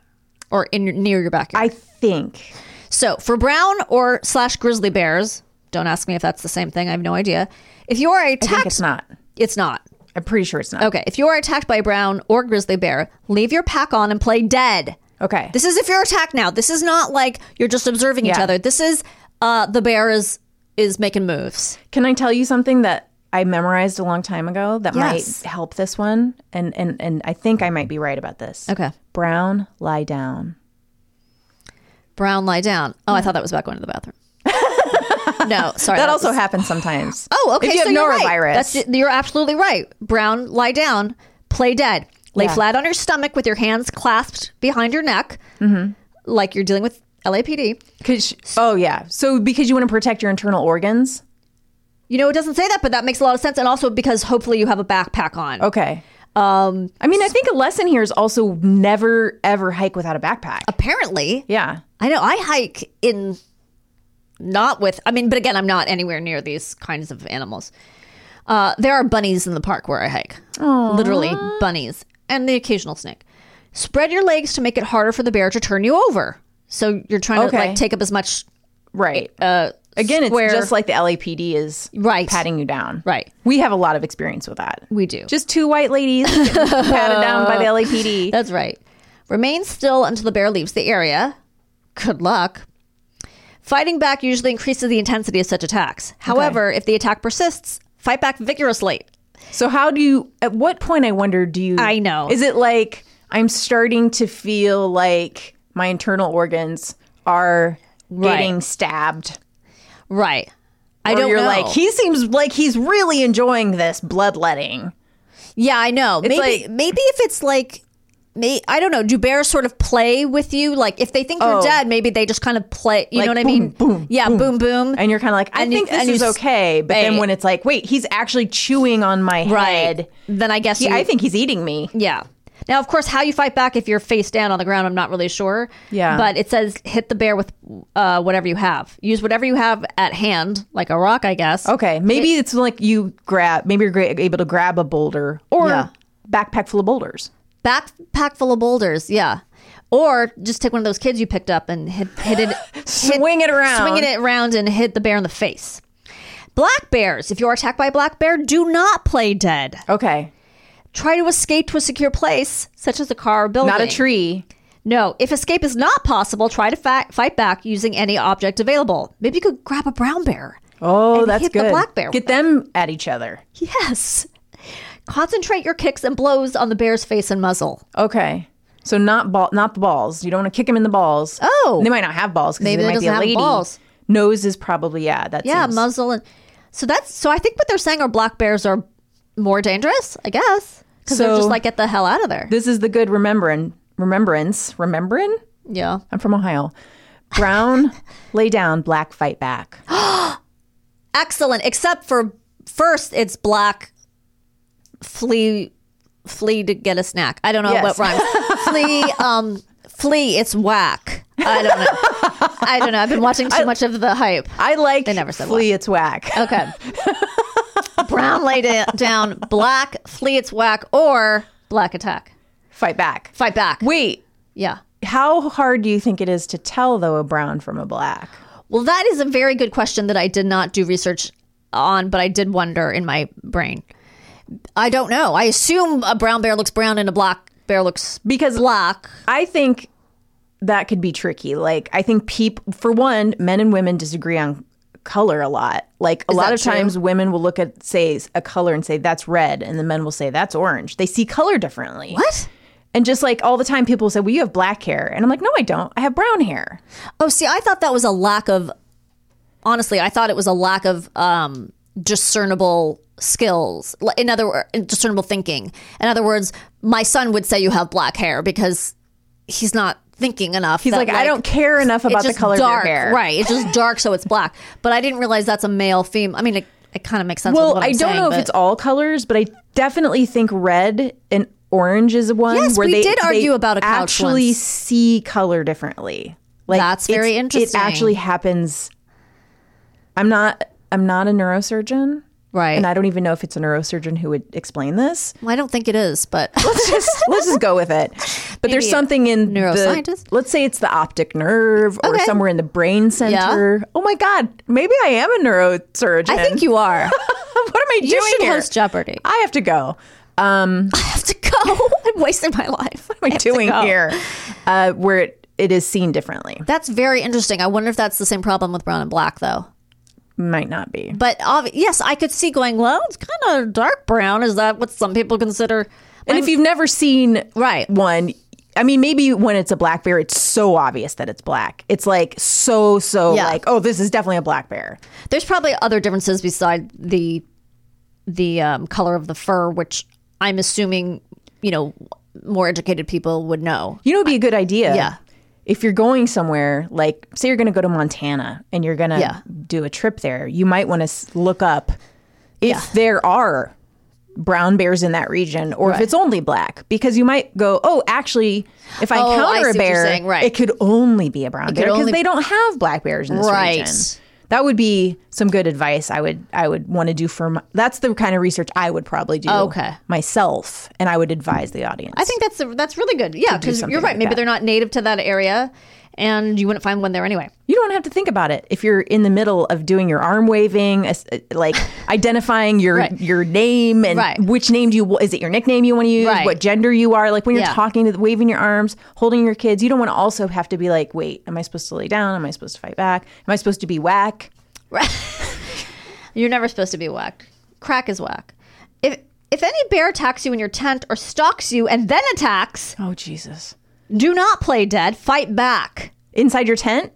Speaker 3: or in your, near your backyard.
Speaker 2: I think?
Speaker 3: So for brown or slash grizzly bears, don't ask me if that's the same thing. I have no idea. If you are
Speaker 2: I think
Speaker 3: attacked,
Speaker 2: it's not.
Speaker 3: it's not.
Speaker 2: I'm pretty sure it's not.
Speaker 3: Okay. If you are attacked by a brown or grizzly bear, leave your pack on and play dead.
Speaker 2: Okay.
Speaker 3: This is if you're attacked now. This is not like you're just observing each
Speaker 2: Yeah.
Speaker 3: other. This is uh, the bear is is making moves.
Speaker 2: Can I tell you something that I memorized a long time ago that
Speaker 3: Yes.
Speaker 2: might help this one? And, and and I think I might be right about this.
Speaker 3: Okay.
Speaker 2: Brown, lie down.
Speaker 3: Brown, lie down. Oh, I thought that was about going to
Speaker 2: [LAUGHS]
Speaker 3: the bathroom. no, sorry.
Speaker 2: That
Speaker 3: that
Speaker 2: also
Speaker 3: was-
Speaker 2: happens sometimes.
Speaker 3: [GASPS] Oh, okay.
Speaker 2: If you have
Speaker 3: so you're right.
Speaker 2: norovirus.
Speaker 3: That's, you're absolutely right. Brown, lie down, play dead. Lay
Speaker 2: Yeah.
Speaker 3: flat on your stomach with your hands clasped behind your neck, mm-hmm. like you're dealing with LAPD.
Speaker 2: 'Cause- oh yeah. So because you want to protect your internal organs.
Speaker 3: You know, it doesn't say that, but that makes a lot of sense. And also because hopefully you have a backpack on.
Speaker 2: Okay. Um, I mean, I think a lesson here is also never ever hike without a backpack.
Speaker 3: Apparently,
Speaker 2: Yeah.
Speaker 3: I know I hike in not with, I mean, but again, I'm not anywhere near these kinds of animals. Uh, there are bunnies in the park where I hike. Literally bunnies and the occasional snake. Spread your legs to make it harder for the bear to turn you over. So you're trying to
Speaker 2: Okay.
Speaker 3: like take up as much
Speaker 2: Right.
Speaker 3: uh,
Speaker 2: Again,
Speaker 3: square-
Speaker 2: it's just like the LAPD is
Speaker 3: Right.
Speaker 2: patting you down.
Speaker 3: Right.
Speaker 2: We have a lot of experience with that.
Speaker 3: we do.
Speaker 2: Just two white ladies
Speaker 3: [LAUGHS]
Speaker 2: getting patted down by the LAPD.
Speaker 3: That's right. Remain still until the bear leaves the area. Good luck. Fighting back usually increases the intensity of such attacks. However, if the attack persists, fight back vigorously.
Speaker 2: So how do you? At what point I wonder? Do you?
Speaker 3: I know.
Speaker 2: Is it like I'm starting to feel like my internal organs are
Speaker 3: Right.
Speaker 2: getting stabbed?
Speaker 3: Right. I
Speaker 2: Or
Speaker 3: don't
Speaker 2: you're
Speaker 3: know.
Speaker 2: like he seems like he's really enjoying this bloodletting.
Speaker 3: yeah, I know. Maybe
Speaker 2: like-
Speaker 3: maybe if it's like may I don't know, do bears sort of play with you? Like if they think you're
Speaker 2: Oh.
Speaker 3: dead, maybe they just kind of play you
Speaker 2: Like,
Speaker 3: know what I
Speaker 2: boom,
Speaker 3: mean?
Speaker 2: boom,
Speaker 3: yeah, boom boom.
Speaker 2: And you're kind of like, I
Speaker 3: And you-
Speaker 2: think
Speaker 3: and
Speaker 2: this
Speaker 3: you
Speaker 2: is
Speaker 3: s-
Speaker 2: okay, but
Speaker 3: Hey.
Speaker 2: then when it's like, wait, he's actually chewing on my
Speaker 3: right.
Speaker 2: head.
Speaker 3: Then I guess
Speaker 2: He,
Speaker 3: you,
Speaker 2: I think he's eating me.
Speaker 3: Yeah. Now, of course, how you fight back if you're face down on the ground, I'm not really sure.
Speaker 2: Yeah.
Speaker 3: But it says hit the bear with uh, whatever you have. Use whatever you have at hand, like a rock, I guess.
Speaker 2: Okay, maybe it's like you grab. Maybe you're gra- able to grab a boulder or
Speaker 3: Yeah.
Speaker 2: backpack full of boulders.
Speaker 3: Backpack full of boulders. Yeah. Or just take one of those kids you picked up and hit, hit
Speaker 2: [GASPS]
Speaker 3: it. hit-
Speaker 2: Swing it around.
Speaker 3: Swing it around and hit the bear in the face. Black bears. If you are attacked by a black bear, do not play dead.
Speaker 2: Okay,
Speaker 3: Try to escape to a secure place, such as a car or building.
Speaker 2: not a tree.
Speaker 3: No, if escape is not possible, try to fa- fight back using any object available. Maybe you could grab a brown bear.
Speaker 2: Oh,
Speaker 3: and
Speaker 2: that's
Speaker 3: hit the
Speaker 2: good.
Speaker 3: black bear
Speaker 2: Get
Speaker 3: with
Speaker 2: them at each other.
Speaker 3: [LAUGHS] Yes. Concentrate your kicks and blows on the bear's face and muzzle.
Speaker 2: Okay. So not ball, not the balls. You don't want to kick them in the balls.
Speaker 3: Oh.
Speaker 2: they might not have balls because
Speaker 3: Maybe
Speaker 2: they
Speaker 3: they
Speaker 2: might be
Speaker 3: doesn't
Speaker 2: a
Speaker 3: have
Speaker 2: lady.
Speaker 3: balls.
Speaker 2: Nose is probably yeah. That's
Speaker 3: Yeah, muzzle and so that's so I think what they're saying are black bears are more dangerous, I guess, because they're
Speaker 2: So-
Speaker 3: just like get the hell out of there.
Speaker 2: this is the good remembering remembrance remembering.
Speaker 3: yeah.
Speaker 2: I'm from Ohio. Brown
Speaker 3: [LAUGHS]
Speaker 2: lay down, black fight back.
Speaker 3: Excellent, except for first it's black flee flee to get a snack. I don't know
Speaker 2: Yes. [LAUGHS]
Speaker 3: what rhymes. flee um flee it's whack. I don't know. I don't know. I've been watching too much of the hype. [GASPS]
Speaker 2: I like
Speaker 3: They never said Oh.
Speaker 2: flea. It's whack. [LAUGHS]
Speaker 3: Okay. Brown lay da- down, black flee its whack, or black attack.
Speaker 2: Fight back.
Speaker 3: Fight back.
Speaker 2: Wait,
Speaker 3: yeah.
Speaker 2: how hard do you think it is to tell though a brown from a black?
Speaker 3: Well, that is a very good question that I did not do research on, but I did wonder in my brain. I don't know. I assume a brown bear looks brown and a black bear looks
Speaker 2: Because
Speaker 3: black.
Speaker 2: I think that could be tricky. Like, I think people, for one, men and women disagree on color a lot. Like, a lot
Speaker 3: that
Speaker 2: of
Speaker 3: true?
Speaker 2: times women will look at, say, a color and say, that's red. And the men will say, that's orange. They see color differently.
Speaker 3: What?
Speaker 2: And just like all the time, people say, well, you have black hair. And I'm like, no, I don't. I have brown hair.
Speaker 3: Oh, see, I thought that was a lack of. Honestly, I thought it was a lack of um, discernible skills. L- In other words, discernible thinking. In other words, my son would say you have black hair because he's not thinking enough.
Speaker 2: He's like, I don't care enough about the color
Speaker 3: dark,
Speaker 2: of your hair.
Speaker 3: Right. It's just dark, so it's black. But I didn't realize that's a male theme. I mean, it, it kind of makes sense.
Speaker 2: Well,
Speaker 3: with what I'm
Speaker 2: I don't
Speaker 3: saying,
Speaker 2: know
Speaker 3: but-
Speaker 2: if it's all colors, but I definitely think red and orange is one
Speaker 3: Yes,
Speaker 2: where
Speaker 3: we
Speaker 2: they
Speaker 3: did
Speaker 2: they
Speaker 3: argue about a couch
Speaker 2: actually
Speaker 3: once.
Speaker 2: see color differently. Like
Speaker 3: That's
Speaker 2: it's-
Speaker 3: very
Speaker 2: It
Speaker 3: interesting.
Speaker 2: actually happens. I'm not. I'm not a neurosurgeon,
Speaker 3: Right.
Speaker 2: and I don't even know if
Speaker 3: [LAUGHS]
Speaker 2: it's a neurosurgeon who would explain this.
Speaker 3: Well, I don't think it is, but
Speaker 2: Let's just let's just go with it. But there's
Speaker 3: Maybe
Speaker 2: something in the-
Speaker 3: neuroscientist?
Speaker 2: let's say it's the optic nerve or
Speaker 3: Okay.
Speaker 2: somewhere in the brain center. Oh my God, maybe I am a neurosurgeon.
Speaker 3: [LAUGHS] I think you [LAUGHS] are.
Speaker 2: [LAUGHS] what am I
Speaker 3: You
Speaker 2: doing
Speaker 3: should
Speaker 2: here?
Speaker 3: host Jeopardy.
Speaker 2: I have to go.
Speaker 3: I have to go. [LAUGHS] I'm wasting my life. What
Speaker 2: What am I doing here? Uh, where it, it is seen differently.
Speaker 3: That's very interesting. I wonder if that's the same problem with brown and black, though.
Speaker 2: Might not be.
Speaker 3: But obvi- yes, I could see going, well, it's kind of dark brown. Is that what some people consider?
Speaker 2: And if you've never seen
Speaker 3: Right.
Speaker 2: one, I mean, maybe when it's a black bear, it's so obvious that it's black. It's like so, so
Speaker 3: Yeah.
Speaker 2: like, oh, this is definitely a black bear.
Speaker 3: There's probably other differences beside the the um, color of the fur, which I'm assuming you know more educated people would know.
Speaker 2: You know, it'd be a good idea.
Speaker 3: Yeah.
Speaker 2: If you're going somewhere, like say you're going to go to Montana and you're going to
Speaker 3: Yeah.
Speaker 2: do a trip there, you might want to look up if there are brown bears in that region or if it's only black because you might go, oh, actually, if I
Speaker 3: Oh, I
Speaker 2: encounter a
Speaker 3: see what you're
Speaker 2: bear,
Speaker 3: saying, right.
Speaker 2: it could only be a brown bear because
Speaker 3: only-
Speaker 2: they don't have black bears in this
Speaker 3: Right.
Speaker 2: region. That would be some good advice. I would I would want to do for my, that's the kind of research I would probably do
Speaker 3: Okay.
Speaker 2: myself, and I would advise the audience.
Speaker 3: I think that's that's really good. Yeah, because
Speaker 2: something
Speaker 3: you're right.
Speaker 2: like
Speaker 3: Maybe
Speaker 2: that.
Speaker 3: they're not native to that area, and you wouldn't find one there anyway.
Speaker 2: you don't have to think about it if you're in the middle of doing your arm waving as- uh,
Speaker 3: [LAUGHS]
Speaker 2: like identifying your
Speaker 3: Right.
Speaker 2: your name and
Speaker 3: Right.
Speaker 2: which name do you is it your nickname you want to use
Speaker 3: Right.
Speaker 2: what gender you are like when you're
Speaker 3: Yeah.
Speaker 2: talking to the- waving your arms holding your kids you don't want to also have to be like wait am i supposed to lay down am i supposed to fight back am i supposed to be whack
Speaker 3: You're never supposed to be whacked. Crack is whack. If if any bear attacks you in your tent or stalks you and then attacks,
Speaker 2: oh jesus
Speaker 3: do not play dead. Fight back.
Speaker 2: inside your tent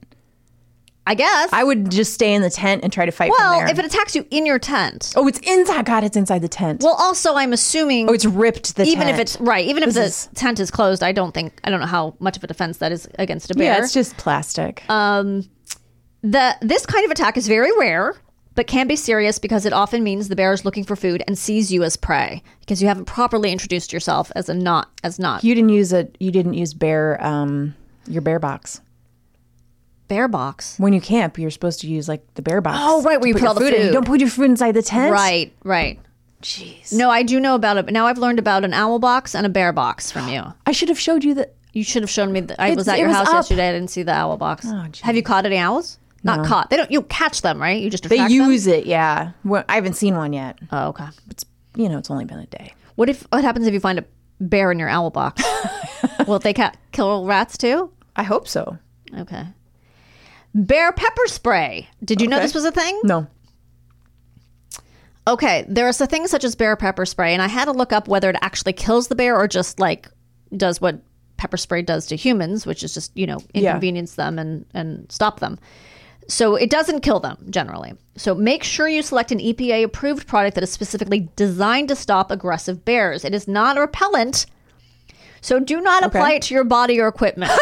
Speaker 3: I guess.
Speaker 2: i would just stay in the tent and try to fight from
Speaker 3: well,
Speaker 2: there
Speaker 3: if it attacks you in your tent.
Speaker 2: oh it's inside god it's inside the tent
Speaker 3: Well, also I'm assuming
Speaker 2: oh it's ripped the
Speaker 3: even if
Speaker 2: tent.
Speaker 3: it's right, even if the
Speaker 2: This
Speaker 3: tent is closed, I don't think I don't know how much of a defense that is against a bear.
Speaker 2: yeah it's just plastic
Speaker 3: The this kind of attack is very rare, but can be serious because it often means the bear is looking for food and sees you as prey because you haven't properly introduced yourself as a not as not
Speaker 2: you didn't use a you didn't use bear um your bear box
Speaker 3: bear box.
Speaker 2: when you camp, you're supposed to use like the bear box.
Speaker 3: Oh, right,
Speaker 2: to
Speaker 3: where you put
Speaker 2: your
Speaker 3: all the
Speaker 2: in. You
Speaker 3: food.
Speaker 2: don't put your food inside the tent.
Speaker 3: Right, right. Jeez. No, I do know about it. but Now I've learned about an owl box and a bear box from you.
Speaker 2: I should have showed you that.
Speaker 3: You should have shown me. The, I
Speaker 2: It's-
Speaker 3: was at
Speaker 2: it
Speaker 3: your
Speaker 2: was
Speaker 3: house
Speaker 2: up. Oh,
Speaker 3: yesterday. I didn't see the owl box. have you caught any owls? Not caught. They don't. You catch them, right? You just
Speaker 2: They
Speaker 3: attract them?
Speaker 2: use it. Yeah. Well, I haven't seen one yet.
Speaker 3: Oh, okay.
Speaker 2: You know, it's only been a day.
Speaker 3: What if what happens if you find a bear in your owl box? Will they ca- kill rats too?
Speaker 2: I hope so.
Speaker 3: Okay. Bear pepper spray. Did you know
Speaker 2: Okay.
Speaker 3: this was a thing?
Speaker 2: No.
Speaker 3: Okay, there is a thing such as bear pepper spray, and I had to look up whether it actually kills the bear or just like does what pepper spray does to humans, which is just you know inconvenience them and and stop them. So it doesn't kill them generally. So make sure you select an EPA approved product that is specifically designed to stop aggressive bears. It is not a repellent, so do not apply it to your body or equipment.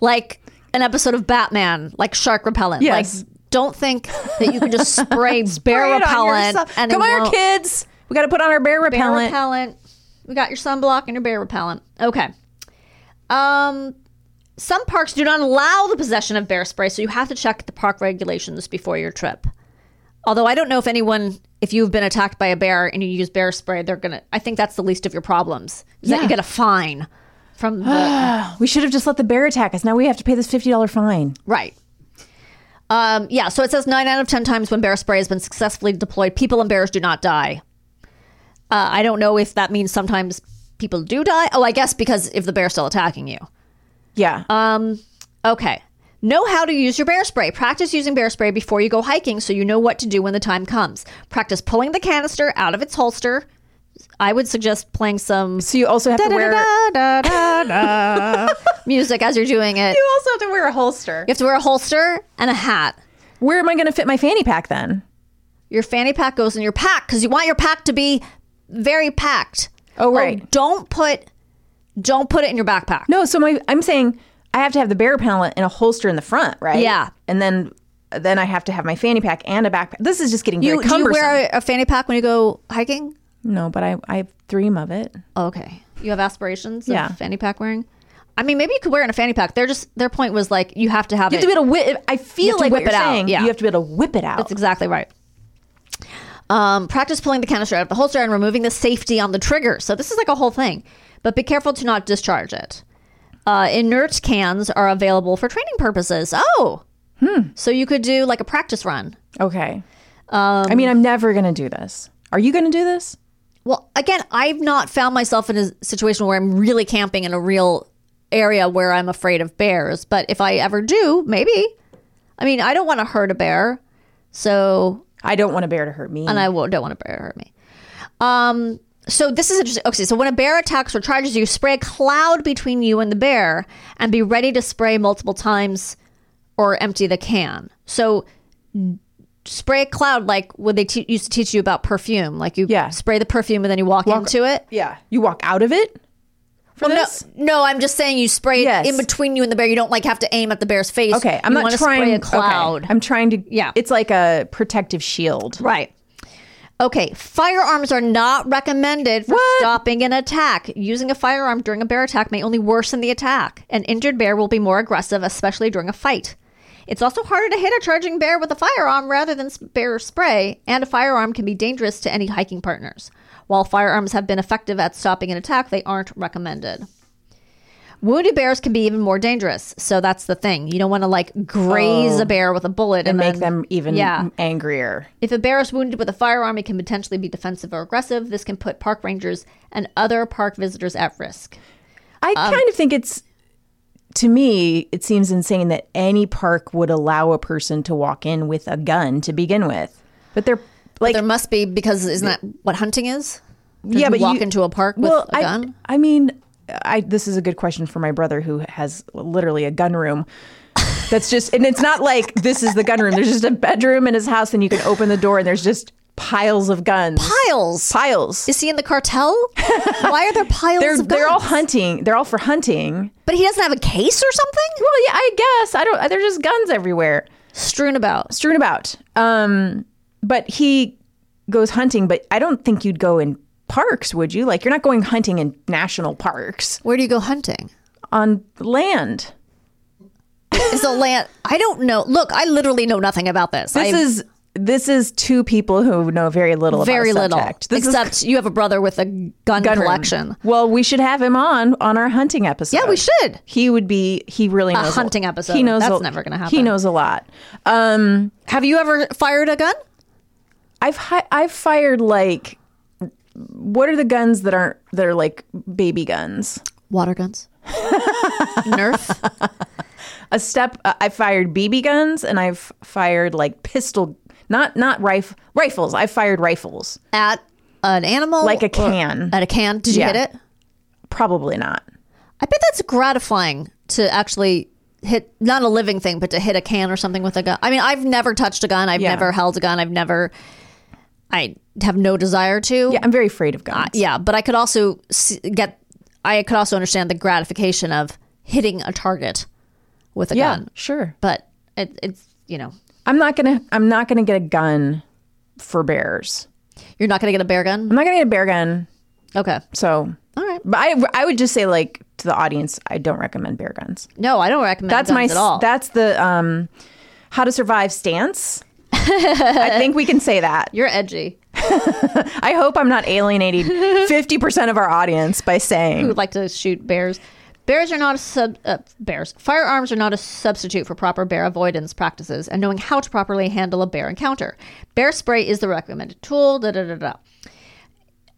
Speaker 3: like an episode of Batman, like shark repellent.
Speaker 2: Yes.
Speaker 3: Like don't think that you can just spray bear
Speaker 2: Right on
Speaker 3: repellent
Speaker 2: yourself.
Speaker 3: and
Speaker 2: Come
Speaker 3: it
Speaker 2: on,
Speaker 3: won't-
Speaker 2: kids. We got to put on our bear
Speaker 3: bear
Speaker 2: repellent.
Speaker 3: repellent. We got your sunblock and your bear repellent. Okay. Um, some parks do not allow the possession of bear spray, so you have to check the park regulations before your trip. Although I don't know if anyone, if you've been attacked by a bear and you use bear spray, they're gonna. I think that's the least of your problems. Is that you get a fine
Speaker 2: [SIGHS]
Speaker 3: from the
Speaker 2: We should have just let the bear attack us. Now we have to pay this fifty dollar fine.
Speaker 3: Right. Um, yeah, so it says nine out of 10 times when bear spray has been successfully deployed, people and bears do not die. Uh, I don't know if that means sometimes people do die. Oh, I guess because if the bear's still attacking you.
Speaker 2: Yeah.
Speaker 3: Uh, Okay. Know how to use your bear spray. Practice using bear spray before you go hiking so you know what to do when the time comes. Practice pulling the canister out of its holster. I would suggest playing some
Speaker 2: so you also have to wear.
Speaker 3: da-da-da-da-da-da [LAUGHS] music as you're doing it.
Speaker 2: You also have to wear a holster.
Speaker 3: You have to wear a holster and a hat.
Speaker 2: Where am I going to fit my fanny pack then?
Speaker 3: your fanny pack goes in your pack because you want your pack to be very packed.
Speaker 2: Oh, right.
Speaker 3: don't put don't put it in your backpack.
Speaker 2: No, so my I'm saying I have to have the bear pellet and a holster in the front, right?
Speaker 3: Yeah.
Speaker 2: and then then I have to have my fanny pack and a backpack. This is just getting very
Speaker 3: you, do you
Speaker 2: cumbersome.
Speaker 3: wear a, a fanny pack when you go hiking?
Speaker 2: no, but I I have dream of it.
Speaker 3: Oh, okay, you have aspirations.
Speaker 2: Yeah.
Speaker 3: of fanny pack wearing. I mean, maybe you could wear it in a fanny pack. They're just their point was like you have to have
Speaker 2: You
Speaker 3: it.
Speaker 2: have to be able to whip. I
Speaker 3: You
Speaker 2: feel
Speaker 3: have to
Speaker 2: like what
Speaker 3: whip
Speaker 2: you're
Speaker 3: it out,
Speaker 2: saying.
Speaker 3: yeah.
Speaker 2: You have to be able to whip it out.
Speaker 3: That's exactly right. Um, practice pulling the canister out of the holster and removing the safety on the trigger. So this is like a whole thing. but be careful to not discharge it. Uh, inert cans are available for training purposes. Oh, hmm. so you could do like a practice run.
Speaker 2: Okay.
Speaker 3: Um,
Speaker 2: I mean, I'm never going to do this. Are you going to do this?
Speaker 3: Well, again, I've not found myself in a situation where I'm really camping in a real area where I'm afraid of bears. But if I ever do, maybe. I mean, I don't want to hurt a bear, so
Speaker 2: I don't want a bear to hurt me.
Speaker 3: and I will, don't want a bear to hurt me. Um, so this is interesting. Okay, so when a bear attacks or charges you, spray a cloud between you and the bear, and be ready to spray multiple times or empty the can. So n- spray a cloud like what they te- used to teach you about perfume. Like you
Speaker 2: Yeah.
Speaker 3: spray the perfume and then you walk, into it.
Speaker 2: yeah. You walk out of it for
Speaker 3: Well, no,
Speaker 2: this?
Speaker 3: no, I'm just saying you spray
Speaker 2: Yes.
Speaker 3: it in between you and the bear. You don't like have to aim at the bear's face.
Speaker 2: Okay, I'm
Speaker 3: You
Speaker 2: not
Speaker 3: wanna
Speaker 2: trying
Speaker 3: spray a
Speaker 2: okay,
Speaker 3: cloud.
Speaker 2: I'm trying to
Speaker 3: Yeah.
Speaker 2: It's like a protective shield.
Speaker 3: Right. Okay, firearms are not recommended for
Speaker 2: What?
Speaker 3: stopping an attack. Using a firearm during a bear attack may only worsen the attack. An injured bear will be more aggressive, especially during a fight. It's also harder to hit a charging bear with a firearm rather than s- bear spray, and a firearm can be dangerous to any hiking partners. While firearms have been effective at stopping an attack, they aren't recommended. Wounded bears can be even more dangerous, so that's the thing. You don't want to like graze a bear with a bullet and,
Speaker 2: Oh. And make
Speaker 3: then-
Speaker 2: them even
Speaker 3: yeah.
Speaker 2: angrier.
Speaker 3: if a bear is wounded with a firearm, it can potentially be defensive or aggressive. This can put park rangers and other park visitors at risk.
Speaker 2: I kind of think it's to me, it seems insane that any park would allow a person to walk in with a gun to begin with. But they're like
Speaker 3: There must be because isn't that what hunting is? Did
Speaker 2: yeah,
Speaker 3: you
Speaker 2: but
Speaker 3: walk
Speaker 2: you-
Speaker 3: into a park with
Speaker 2: well,
Speaker 3: a
Speaker 2: I-
Speaker 3: gun.
Speaker 2: I, mean, I this is a good question for my brother who has literally a gun room. That's just, and it's not like this is the gun room. There's just a bedroom in his house, and you can open the door, and there's just piles of guns.
Speaker 3: Piles.
Speaker 2: Piles.
Speaker 3: Is he in
Speaker 2: [LAUGHS]
Speaker 3: the cartel? Why are there piles
Speaker 2: They're
Speaker 3: of guns?
Speaker 2: they're all hunting. They're all for hunting.
Speaker 3: but he doesn't have a case or something
Speaker 2: Well, yeah, I guess I don't. There's just guns everywhere.
Speaker 3: strewn about.
Speaker 2: strewn about. Um, but he goes hunting, but I don't think you'd go in parks, would you? Like, you're not going hunting in national parks
Speaker 3: Where do you go hunting?
Speaker 2: on land.
Speaker 3: Is a land? I don't know. Look, I literally know nothing about this.
Speaker 2: This
Speaker 3: I
Speaker 2: is this is two people who know very little
Speaker 3: very
Speaker 2: about the
Speaker 3: little.
Speaker 2: subject. This
Speaker 3: except you have a brother with a
Speaker 2: gun
Speaker 3: gun,
Speaker 2: room.
Speaker 3: collection.
Speaker 2: Well, we should have him on on our hunting episode.
Speaker 3: Yeah, we should.
Speaker 2: He would be. He really knows
Speaker 3: hunting
Speaker 2: a,
Speaker 3: episode.
Speaker 2: He knows
Speaker 3: That's
Speaker 2: a-
Speaker 3: never gonna
Speaker 2: He
Speaker 3: happen.
Speaker 2: knows a lot. Um,
Speaker 3: Have you ever fired a gun?
Speaker 2: I've hi- I've fired like. What are the guns that aren't that are like baby guns?
Speaker 3: Water guns. [LAUGHS] Nerf.
Speaker 2: a step uh, i fired bb guns and i've fired like pistol not not rif- rifles i fired rifles
Speaker 3: at an animal
Speaker 2: like a
Speaker 3: or-
Speaker 2: can
Speaker 3: at a can did you
Speaker 2: Yeah.
Speaker 3: hit it
Speaker 2: probably not
Speaker 3: i bet that's gratifying to actually hit not a living thing but to hit a can or something with a gun i mean i've never touched a gun i've
Speaker 2: Yeah.
Speaker 3: never held a gun i've never i have no desire to
Speaker 2: yeah i'm very afraid of guns
Speaker 3: Uh, yeah but i could also s- get i could also understand the gratification of hitting a target with a
Speaker 2: yeah
Speaker 3: gun
Speaker 2: sure
Speaker 3: but it, it's you know
Speaker 2: i'm not gonna i'm not gonna get a gun for bears
Speaker 3: you're not going to get a bear gun
Speaker 2: i'm not gonna get a bear gun
Speaker 3: okay
Speaker 2: so
Speaker 3: all right
Speaker 2: but i i would just say like to the audience i don't recommend bear guns
Speaker 3: no i don't recommend
Speaker 2: that's
Speaker 3: guns
Speaker 2: my
Speaker 3: at all
Speaker 2: that's the um how to survive
Speaker 3: [LAUGHS]
Speaker 2: stance i think we can say that
Speaker 3: you're edgy
Speaker 2: i hope i'm not
Speaker 3: [LAUGHS]
Speaker 2: alienating 50% of our audience by saying
Speaker 3: who would like to shoot bears. Bears are not a sub uh, bears. Firearms are not a substitute for proper bear avoidance practices and knowing how to properly handle a bear encounter. Bear spray is the recommended tool. Da da da da.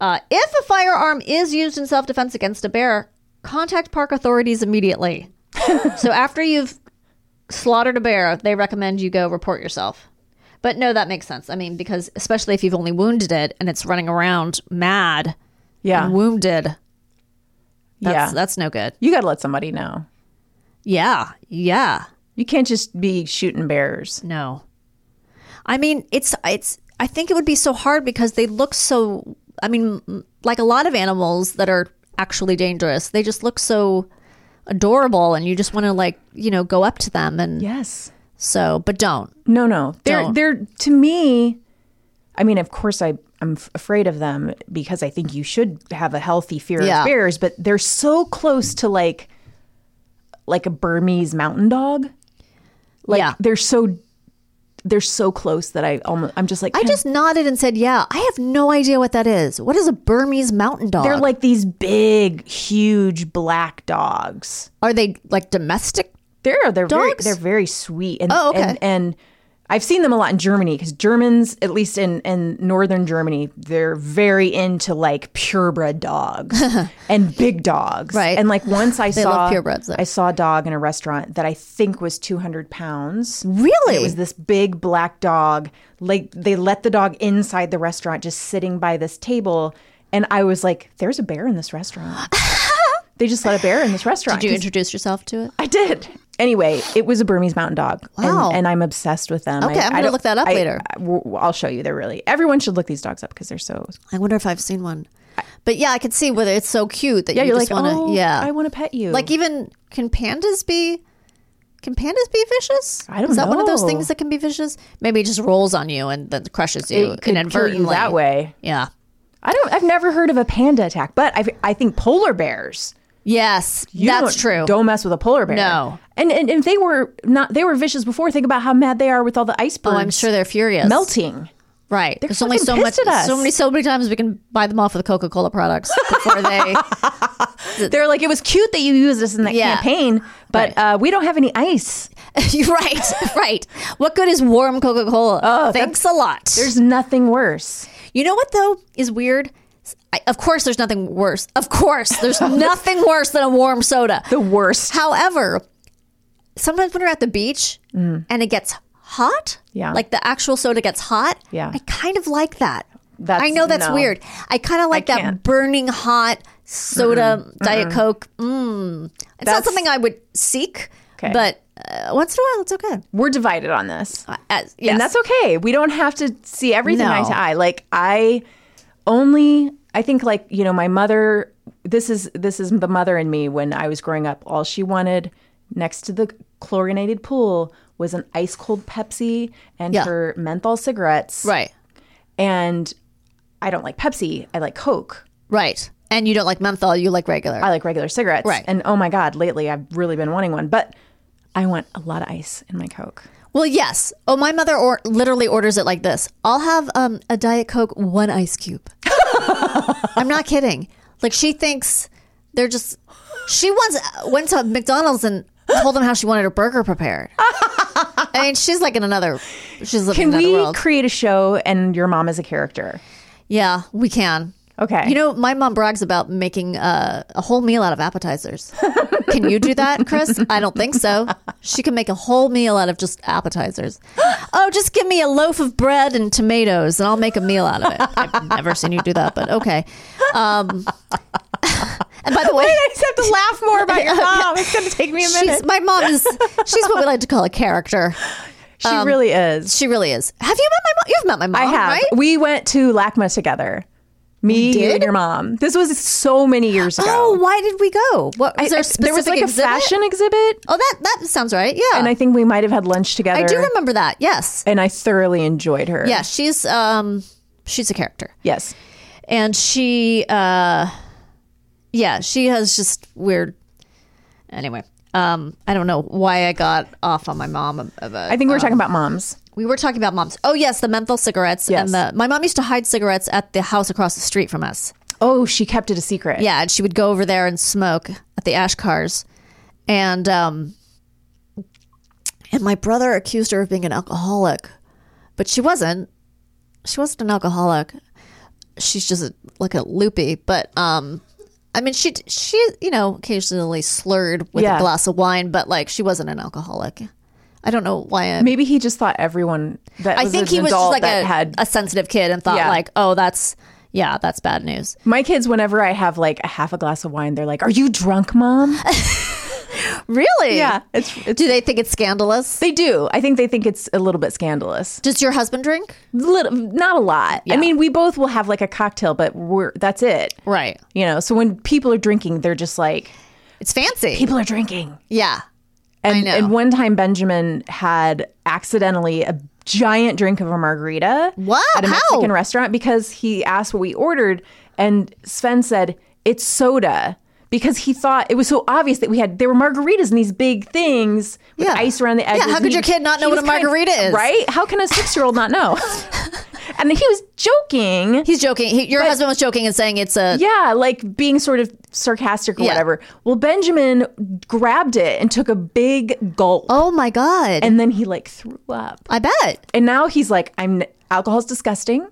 Speaker 3: Uh, if a firearm is used in self defense against a bear, contact park authorities immediately. so after you've slaughtered a bear, they recommend you go report yourself. But no, that makes sense. I mean, because especially if you've only wounded it and it's running around mad,
Speaker 2: Yeah.
Speaker 3: wounded. That's,
Speaker 2: yeah.
Speaker 3: that's no good.
Speaker 2: you got to let somebody know.
Speaker 3: Yeah, yeah.
Speaker 2: You can't just be shooting bears.
Speaker 3: No, I mean it's it's. I think it would be so hard because they look so. I mean, m- like a lot of animals that are actually dangerous, they just look so adorable, and you just want to like you know go up to them and
Speaker 2: Yes.
Speaker 3: so, but don't.
Speaker 2: No, no. They're
Speaker 3: Don't.
Speaker 2: they're to me I mean, of course I I'm f- afraid of them because I think you should have a healthy fear
Speaker 3: Yeah.
Speaker 2: of bears, but they're so close to like like a Burmese mountain dog.
Speaker 3: yeah,
Speaker 2: They're so they're so close that I almost I'm just like
Speaker 3: I
Speaker 2: "Can-
Speaker 3: just nodded and said, "Yeah, I have no idea what that is. What is a Burmese mountain dog?
Speaker 2: they're like these big, huge black dogs.
Speaker 3: are they like domestic?
Speaker 2: They're they're very,
Speaker 3: Dogs?
Speaker 2: they're very sweet and
Speaker 3: Oh, okay.
Speaker 2: and, and I've seen them a lot in Germany because Germans, at least in, in northern Germany, they're very into like purebred
Speaker 3: [LAUGHS]
Speaker 2: dogs and big dogs.
Speaker 3: Right.
Speaker 2: And like once
Speaker 3: [LAUGHS]
Speaker 2: I saw
Speaker 3: love purebreds there.
Speaker 2: I saw a dog in a restaurant that I think was two hundred pounds.
Speaker 3: Really?
Speaker 2: It was this big black dog. Like they let the dog inside the restaurant, just sitting by this table. And I was like, "There's a bear in this
Speaker 3: [LAUGHS]
Speaker 2: restaurant." they just let a bear in this restaurant.
Speaker 3: Did you
Speaker 2: 'cause-
Speaker 3: introduce yourself to it?
Speaker 2: I did. Anyway, it was a Burmese mountain dog.
Speaker 3: Wow.
Speaker 2: And, and I'm obsessed with them.
Speaker 3: Okay, I'm gonna
Speaker 2: don't-
Speaker 3: look that up
Speaker 2: I-
Speaker 3: later.
Speaker 2: I, will show you. They're really, everyone should look these dogs up because they're so.
Speaker 3: I wonder if I've seen one. But yeah, I could see whether it's so cute that
Speaker 2: Yeah,
Speaker 3: you
Speaker 2: you're
Speaker 3: just
Speaker 2: like,
Speaker 3: want to.
Speaker 2: oh,
Speaker 3: yeah,
Speaker 2: I want to pet you.
Speaker 3: Like even can pandas be? Can pandas be vicious?
Speaker 2: I don't
Speaker 3: Is that one of those
Speaker 2: know.
Speaker 3: things that can be vicious? Maybe it just rolls on you and then crushes you
Speaker 2: it could kill
Speaker 3: inadvertently
Speaker 2: you that way.
Speaker 3: Yeah.
Speaker 2: I don't. I've never heard of a panda attack, but I I think polar bears.
Speaker 3: Yes,
Speaker 2: You
Speaker 3: that's
Speaker 2: don't-
Speaker 3: true.
Speaker 2: Don't mess with a polar bear.
Speaker 3: No.
Speaker 2: And, and and if they were not, they were vicious before. Think about how mad they are with all the icebergs.
Speaker 3: Oh, I'm sure they're furious.
Speaker 2: melting.
Speaker 3: Right. There's only
Speaker 2: fucking
Speaker 3: so much,
Speaker 2: pissed at us.
Speaker 3: so many, so many times we can buy them off with the Coca Cola products before
Speaker 2: [LAUGHS]
Speaker 3: they. [LAUGHS]
Speaker 2: They're like, it was cute that you used us in that
Speaker 3: Yeah.
Speaker 2: campaign, but uh, we don't have any ice.
Speaker 3: You're right. [LAUGHS] Right. What good is warm Coca Cola? Oh, thanks a lot. [LAUGHS]
Speaker 2: There's nothing worse.
Speaker 3: You know what though is weird? I, of course, there's nothing worse. Of course,
Speaker 2: [LAUGHS]
Speaker 3: there's nothing worse than a warm soda.
Speaker 2: The worst.
Speaker 3: However, sometimes when you're at the beach and it gets
Speaker 2: Mm.
Speaker 3: hot,
Speaker 2: Yeah.
Speaker 3: like the actual soda gets hot,
Speaker 2: Yeah.
Speaker 3: I kind of like that.
Speaker 2: That's-
Speaker 3: I know that's
Speaker 2: no.
Speaker 3: weird. I kind of like that
Speaker 2: can't.
Speaker 3: burning hot soda, Diet Coke. Mm. It's not
Speaker 2: That's-
Speaker 3: something I would seek,
Speaker 2: Okay.
Speaker 3: but uh, once in a while, it's okay.
Speaker 2: We're divided on this.
Speaker 3: As, Uh, yes.
Speaker 2: And that's okay. We don't have to see everything
Speaker 3: No.
Speaker 2: eye to eye. Like I only I think like, you know, my mother this is this is the mother in me when I was growing up. All she wanted next to the chlorinated pool was an ice cold Pepsi and
Speaker 3: Yeah.
Speaker 2: her menthol cigarettes.
Speaker 3: right,
Speaker 2: And I don't like Pepsi. I like Coke.
Speaker 3: right. And you don't like menthol; you like regular.
Speaker 2: I like regular cigarettes.
Speaker 3: Right.
Speaker 2: And oh my God, lately I've really been wanting one. But I want a lot of ice in my Coke.
Speaker 3: Well, yes. Oh, my mother or- literally orders it like this. I'll have um, a Diet Coke, one
Speaker 2: [LAUGHS]
Speaker 3: ice cube. I'm not kidding. Like she thinks they're just. She once went to McDonald's and told them how she wanted her burger
Speaker 2: [LAUGHS]
Speaker 3: prepared. I mean, she's like in another. She's living
Speaker 2: Can
Speaker 3: in another
Speaker 2: we
Speaker 3: world.
Speaker 2: create a show and your mom is a [LAUGHS] character?
Speaker 3: yeah, we can.
Speaker 2: Okay.
Speaker 3: You know, my mom brags about making uh, a whole meal out of
Speaker 2: [LAUGHS]
Speaker 3: appetizers. can you do that, Chris? I don't think so. She can make a whole meal out of just
Speaker 2: [GASPS]
Speaker 3: appetizers. Oh, just give me a loaf of bread and tomatoes, and I'll make a meal out of it. I've
Speaker 2: [LAUGHS]
Speaker 3: never seen you do that, but okay. Um, [LAUGHS]
Speaker 2: [LAUGHS]
Speaker 3: and by the way,
Speaker 2: I just have to laugh more about
Speaker 3: [LAUGHS]
Speaker 2: your mom. It's going to take me a
Speaker 3: she's,
Speaker 2: minute.
Speaker 3: my
Speaker 2: [LAUGHS]
Speaker 3: mom is she's what we like to call a character.
Speaker 2: She really is.
Speaker 3: She really is. Have you met my mom? You've met my mom,
Speaker 2: I have.
Speaker 3: right?
Speaker 2: We went to LACMA together. Me, you, and your mom. This was so many years ago.
Speaker 3: Oh, why did we go? What was
Speaker 2: I-
Speaker 3: there
Speaker 2: I-
Speaker 3: a specific
Speaker 2: there was like
Speaker 3: exhibit?
Speaker 2: a fashion exhibit,
Speaker 3: Oh, that that sounds right. Yeah,
Speaker 2: and I think we might have had lunch together.
Speaker 3: I do remember that. Yes.
Speaker 2: And I thoroughly enjoyed her.
Speaker 3: Yeah, she's um she's a character.
Speaker 2: Yes.
Speaker 3: And she uh yeah, she has just weird anyway. Um I don't know why I got off on my mom of- of a-
Speaker 2: I think we were talking about moms.
Speaker 3: we were talking about moms. Oh yes, the menthol cigarettes
Speaker 2: Yes.
Speaker 3: and the my mom used to hide cigarettes at the house across the street from us.
Speaker 2: Oh, she kept it a secret.
Speaker 3: Yeah, and she would go over there and smoke at the ash cars. And um and my brother accused her of being an alcoholic, but she wasn't. She wasn't an alcoholic. She's just a, like a loopy, but um I mean she she you know occasionally slurred with
Speaker 2: Yeah.
Speaker 3: a glass of wine, but like she wasn't an alcoholic. I don't know why I
Speaker 2: Maybe he just thought everyone that
Speaker 3: I
Speaker 2: was
Speaker 3: think
Speaker 2: an
Speaker 3: he was just
Speaker 2: adult
Speaker 3: like
Speaker 2: that
Speaker 3: a,
Speaker 2: had
Speaker 3: a sensitive kid and thought
Speaker 2: Yeah.
Speaker 3: like, "Oh, that's yeah, that's bad news."
Speaker 2: my kids. Whenever I have like a half a glass of wine, they're like, "Are you drunk, mom?"
Speaker 3: Really?
Speaker 2: yeah, it's, it's
Speaker 3: Do they think it's scandalous?
Speaker 2: they do. I think they think it's a little bit scandalous.
Speaker 3: Does your husband drink?
Speaker 2: Little, not a lot. I mean, we both will have like a cocktail, but we're that's it.
Speaker 3: Right.
Speaker 2: You know, so when people are drinking, they're just like,
Speaker 3: It's fancy.
Speaker 2: "People are drinking."
Speaker 3: yeah.
Speaker 2: And,
Speaker 3: know.
Speaker 2: and one time, Benjamin had accidentally a giant drink of a margarita
Speaker 3: What?
Speaker 2: at a
Speaker 3: How?
Speaker 2: Mexican restaurant because he asked what we ordered, and Sven said it's soda. because he thought it was so obvious that we had there were margaritas in these big things with
Speaker 3: Yeah.
Speaker 2: ice around the
Speaker 3: Yeah,
Speaker 2: edges.
Speaker 3: how
Speaker 2: and
Speaker 3: could
Speaker 2: he-
Speaker 3: your kid not know
Speaker 2: he
Speaker 3: what a
Speaker 2: was kind of-
Speaker 3: margarita is?
Speaker 2: Right? How can a six year old not
Speaker 3: [LAUGHS]
Speaker 2: know? and he was joking.
Speaker 3: He's joking. He, your husband was joking and saying it's a.
Speaker 2: Yeah, like being sort of sarcastic or
Speaker 3: Yeah.
Speaker 2: whatever. Well, Benjamin grabbed it and took a big gulp.
Speaker 3: Oh my god!
Speaker 2: And Oh then he like threw up.
Speaker 3: I bet.
Speaker 2: And now he's like, I'm alcohol's disgusting.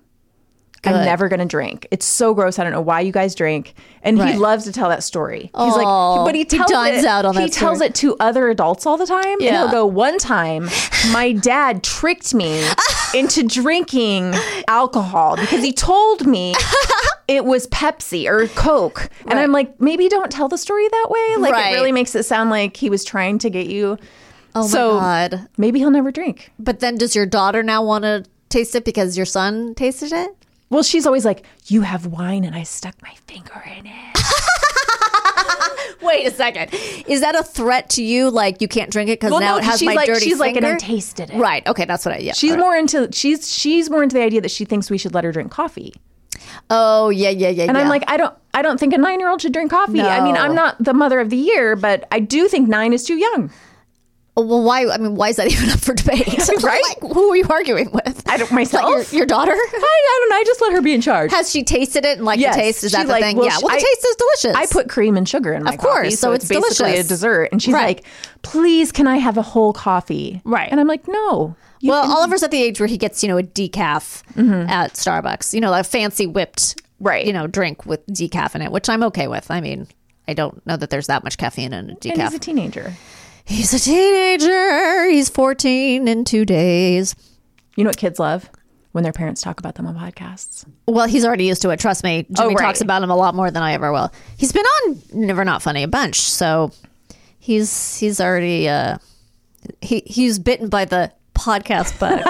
Speaker 2: I'm
Speaker 3: Good.
Speaker 2: never gonna drink. It's so gross. I don't know why you guys drink. And
Speaker 3: Right.
Speaker 2: he loves to tell that story. He's
Speaker 3: Aw,
Speaker 2: like, but he
Speaker 3: he
Speaker 2: tells
Speaker 3: dines
Speaker 2: it,
Speaker 3: out on
Speaker 2: He
Speaker 3: that
Speaker 2: tells
Speaker 3: story.
Speaker 2: it to other adults all the time. And
Speaker 3: Yeah.
Speaker 2: he'll go, one time, my dad tricked
Speaker 3: [LAUGHS]
Speaker 2: me into drinking alcohol because he told
Speaker 3: [LAUGHS]
Speaker 2: me it was Pepsi or Coke. And I'm like, maybe don't tell the story that way. Like
Speaker 3: Right.
Speaker 2: it really makes it sound like he was trying to get you.
Speaker 3: Oh
Speaker 2: so
Speaker 3: my god!
Speaker 2: maybe he'll never drink.
Speaker 3: But then, does your daughter now want to taste it because your son tasted it?
Speaker 2: Well, she's always like, "You have wine," and I stuck my finger in it.
Speaker 3: Wait a second. Is that a threat to you? Like you can't drink it because
Speaker 2: Well,
Speaker 3: now
Speaker 2: no,
Speaker 3: it has
Speaker 2: she's
Speaker 3: my
Speaker 2: like,
Speaker 3: dirty
Speaker 2: she's like,
Speaker 3: finger.
Speaker 2: and I tasted it.
Speaker 3: Right. Okay. That's what I. Yeah.
Speaker 2: She's more into she's she's more into the idea that she thinks we should let her drink coffee.
Speaker 3: oh yeah yeah yeah.
Speaker 2: And I'm like, I don't I don't think a nine year old should drink coffee. I mean,
Speaker 3: No.
Speaker 2: I'm not the mother of the year, but I do think nine is too young.
Speaker 3: Oh, well, why? I mean, why is that [LAUGHS] even up for debate?
Speaker 2: [LAUGHS] Right?
Speaker 3: Like, who are you arguing with?
Speaker 2: I don't myself. [LAUGHS]
Speaker 3: Your, your daughter?
Speaker 2: I, I don't know. I just let her be in charge.
Speaker 3: Has she tasted it and like
Speaker 2: Yes.
Speaker 3: the taste? Is
Speaker 2: She
Speaker 3: that the
Speaker 2: like-
Speaker 3: thing?
Speaker 2: well,
Speaker 3: yeah.
Speaker 2: she-
Speaker 3: Well, the
Speaker 2: I-
Speaker 3: taste is delicious.
Speaker 2: I put cream and sugar in my
Speaker 3: Of course,
Speaker 2: coffee,
Speaker 3: so it's
Speaker 2: basically
Speaker 3: delicious.
Speaker 2: a dessert. And she's
Speaker 3: Right.
Speaker 2: like, "Please, can I have a whole coffee?"
Speaker 3: Right.
Speaker 2: And I'm like, "No." You Mm-hmm.
Speaker 3: well, Oliver's at the age where he gets you know a decaf at Starbucks. You know, a fancy whipped
Speaker 2: Right.
Speaker 3: you know drink with decaf in it, which I'm okay with. I mean. I don't know that there's that much caffeine in a decaf.
Speaker 2: and he's a teenager.
Speaker 3: He's a teenager. He's 14 in two days.
Speaker 2: You know what kids love when their parents talk about them on podcasts.
Speaker 3: Well, he's already used to it. Trust me.
Speaker 2: Oh,
Speaker 3: Jimmy
Speaker 2: right.
Speaker 3: talks about him a lot more than I ever will. He's been on Never Not Funny a bunch, so he's he's already uh he he's bitten by the podcast
Speaker 2: [LAUGHS]
Speaker 3: bug.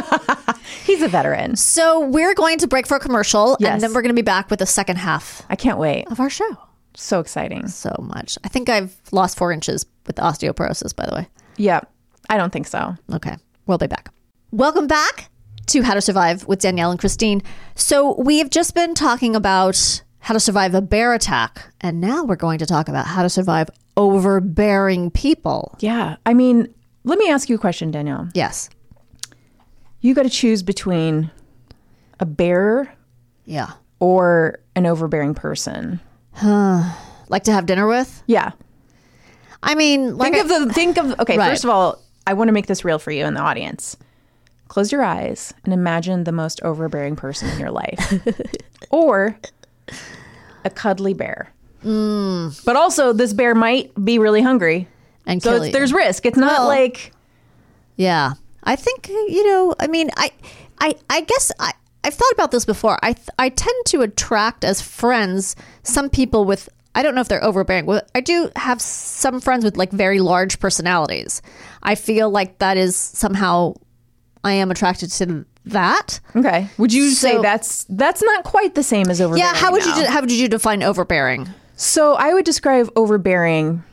Speaker 2: He's a veteran.
Speaker 3: so we're going to break for a commercial
Speaker 2: Yes.
Speaker 3: and then we're going to be back with the second half
Speaker 2: I can't wait.
Speaker 3: of our show.
Speaker 2: So exciting.
Speaker 3: So much. I think I've lost 4 inches with osteoporosis by the way.
Speaker 2: Yeah. I don't think so.
Speaker 3: Okay. We'll be back. Welcome back to How to Survive with Danielle and Christine. So, we have just been talking about how to survive a bear attack, and now we're going to talk about how to survive overbearing people.
Speaker 2: Yeah. I mean, let me ask you a question, Danielle.
Speaker 3: Yes.
Speaker 2: You got to choose between a bear
Speaker 3: Yeah.
Speaker 2: or an overbearing person.
Speaker 3: Like to have dinner with?
Speaker 2: Yeah.
Speaker 3: I mean, like
Speaker 2: Think of the think of okay,
Speaker 3: Right.
Speaker 2: first of all, I want to make this real for you in the audience. Close your eyes and imagine the most overbearing person in your [LAUGHS] life. or a cuddly bear. But also this bear might be really hungry.
Speaker 3: and
Speaker 2: So
Speaker 3: kill
Speaker 2: it's,
Speaker 3: you.
Speaker 2: there's risk. It's not like
Speaker 3: Yeah. I think you know, I mean, I I I guess I I've thought about this before. I th- I tend to attract as friends some people with I don't know if they're overbearing. Well, I do have some friends with like very large personalities. I feel like that is somehow I am attracted to that.
Speaker 2: Okay. Would you say
Speaker 3: So-
Speaker 2: that's that's not quite the same as overbearing?
Speaker 3: Yeah, how would you
Speaker 2: now?
Speaker 3: de- how would you define overbearing?
Speaker 2: So I would describe overbearing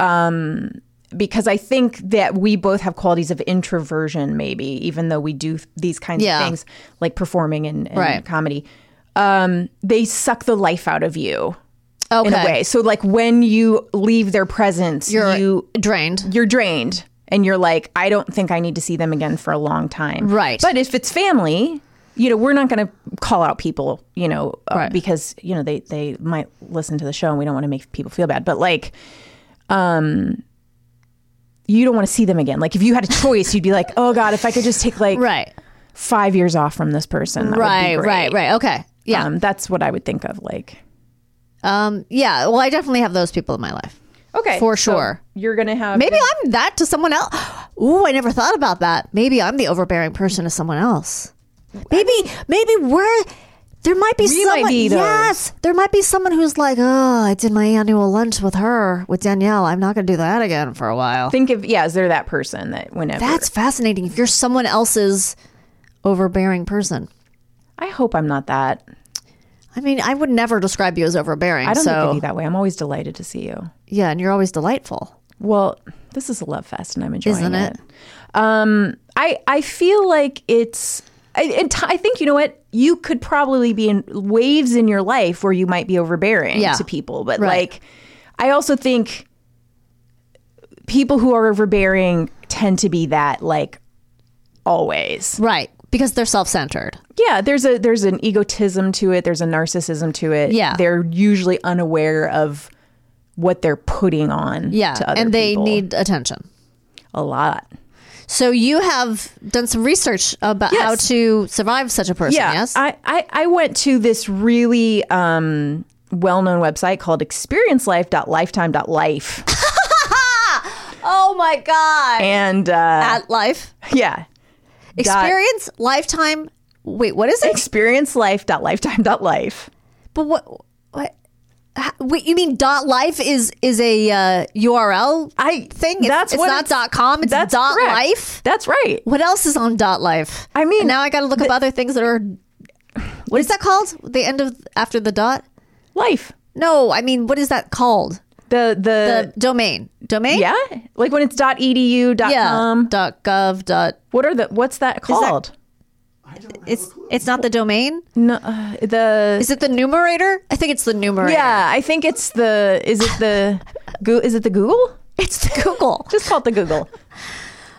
Speaker 2: um because I think that we both have qualities of introversion maybe even though we do th- these kinds
Speaker 3: Yeah.
Speaker 2: of things like performing and, and
Speaker 3: Right.
Speaker 2: comedy. Um they suck the life out of you
Speaker 3: Okay.
Speaker 2: in a way. So like when you leave their presence,
Speaker 3: You're
Speaker 2: you
Speaker 3: drained.
Speaker 2: you're drained and you're like i don't think i need to see them again for a long time
Speaker 3: Right.
Speaker 2: but if it's family you know we're not going to call out people you know uh,
Speaker 3: Right.
Speaker 2: because you know they they might listen to the show and we don't want to make people feel bad but like um you don't want to see them again like if you had a choice you'd be like oh god if i could just take like
Speaker 3: Right.
Speaker 2: five years off from this person that
Speaker 3: Right,
Speaker 2: would be great.
Speaker 3: right, right. Okay. Yeah.
Speaker 2: um, that's what i would think of like
Speaker 3: um yeah, well I definitely have those people in my life.
Speaker 2: okay
Speaker 3: For sure.
Speaker 2: you're gonna have
Speaker 3: Maybe I'm that to someone else. Ooh, I never thought about that. Maybe I'm the overbearing person to someone else. Maybe, maybe we're there might be
Speaker 2: We might
Speaker 3: someone.
Speaker 2: be those.
Speaker 3: yes, there might be someone who's like, oh, I did my annual lunch with her with Danielle. I'm not going to do that again for a while.
Speaker 2: think of yeah is there that person that whenever
Speaker 3: That's fascinating. If you're someone else's overbearing person,
Speaker 2: i hope i'm not that
Speaker 3: I mean, I would never describe you as overbearing.
Speaker 2: I don't think
Speaker 3: so
Speaker 2: of you that way. I'm always delighted to see you.
Speaker 3: yeah, and you're always delightful.
Speaker 2: Well, this is a love fest, and I'm enjoying
Speaker 3: Isn't it?
Speaker 2: Um, I I feel like it's. I, it, I think you know what you could probably be in waves in your life where you might be overbearing
Speaker 3: Yeah.
Speaker 2: to people, but
Speaker 3: Right.
Speaker 2: like I also think people who are overbearing tend to be that like always.
Speaker 3: Right. Because they're self centered.
Speaker 2: Yeah, there's a there's an egotism to it, there's a narcissism to it.
Speaker 3: Yeah.
Speaker 2: They're usually unaware of what they're putting on
Speaker 3: Yeah.
Speaker 2: to other
Speaker 3: And they
Speaker 2: people.
Speaker 3: need attention.
Speaker 2: a lot.
Speaker 3: So you have done some research about
Speaker 2: Yes.
Speaker 3: how to survive such a person,
Speaker 2: yeah,
Speaker 3: yes?
Speaker 2: I, I, I went to this really um, well known website called experiencelife.lifetime.life.
Speaker 3: oh my God.
Speaker 2: And uh,
Speaker 3: [LAUGHS] At life.
Speaker 2: yeah,
Speaker 3: Experience, lifetime. Wait, what is it?
Speaker 2: experiencelife.lifetime.life.
Speaker 3: But what? What? ha- Wait, you mean dot life is is a uh, URL?
Speaker 2: I
Speaker 3: thing. It's-
Speaker 2: that's
Speaker 3: it's
Speaker 2: what
Speaker 3: not
Speaker 2: it's-
Speaker 3: dot com. It's
Speaker 2: that's
Speaker 3: dot
Speaker 2: correct.
Speaker 3: life.
Speaker 2: That's right.
Speaker 3: What else is on dot life?
Speaker 2: I mean,
Speaker 3: And now I got to look up other things that are. What is that called? The end of after the dot?
Speaker 2: Life.
Speaker 3: No, I mean what is that called?
Speaker 2: The the,
Speaker 3: The domain, domain.
Speaker 2: yeah, like when it's .edu .com.
Speaker 3: Yeah. dot gov. Dot.
Speaker 2: What are the what's that called?
Speaker 3: It's it's not the domain.
Speaker 2: no, uh, the
Speaker 3: Is it the numerator? I think it's the numerator.
Speaker 2: yeah, I think it's the is it the Goo- is it the Google?
Speaker 3: [LAUGHS] It's the Google.
Speaker 2: Just call it the [SIGHS] Google.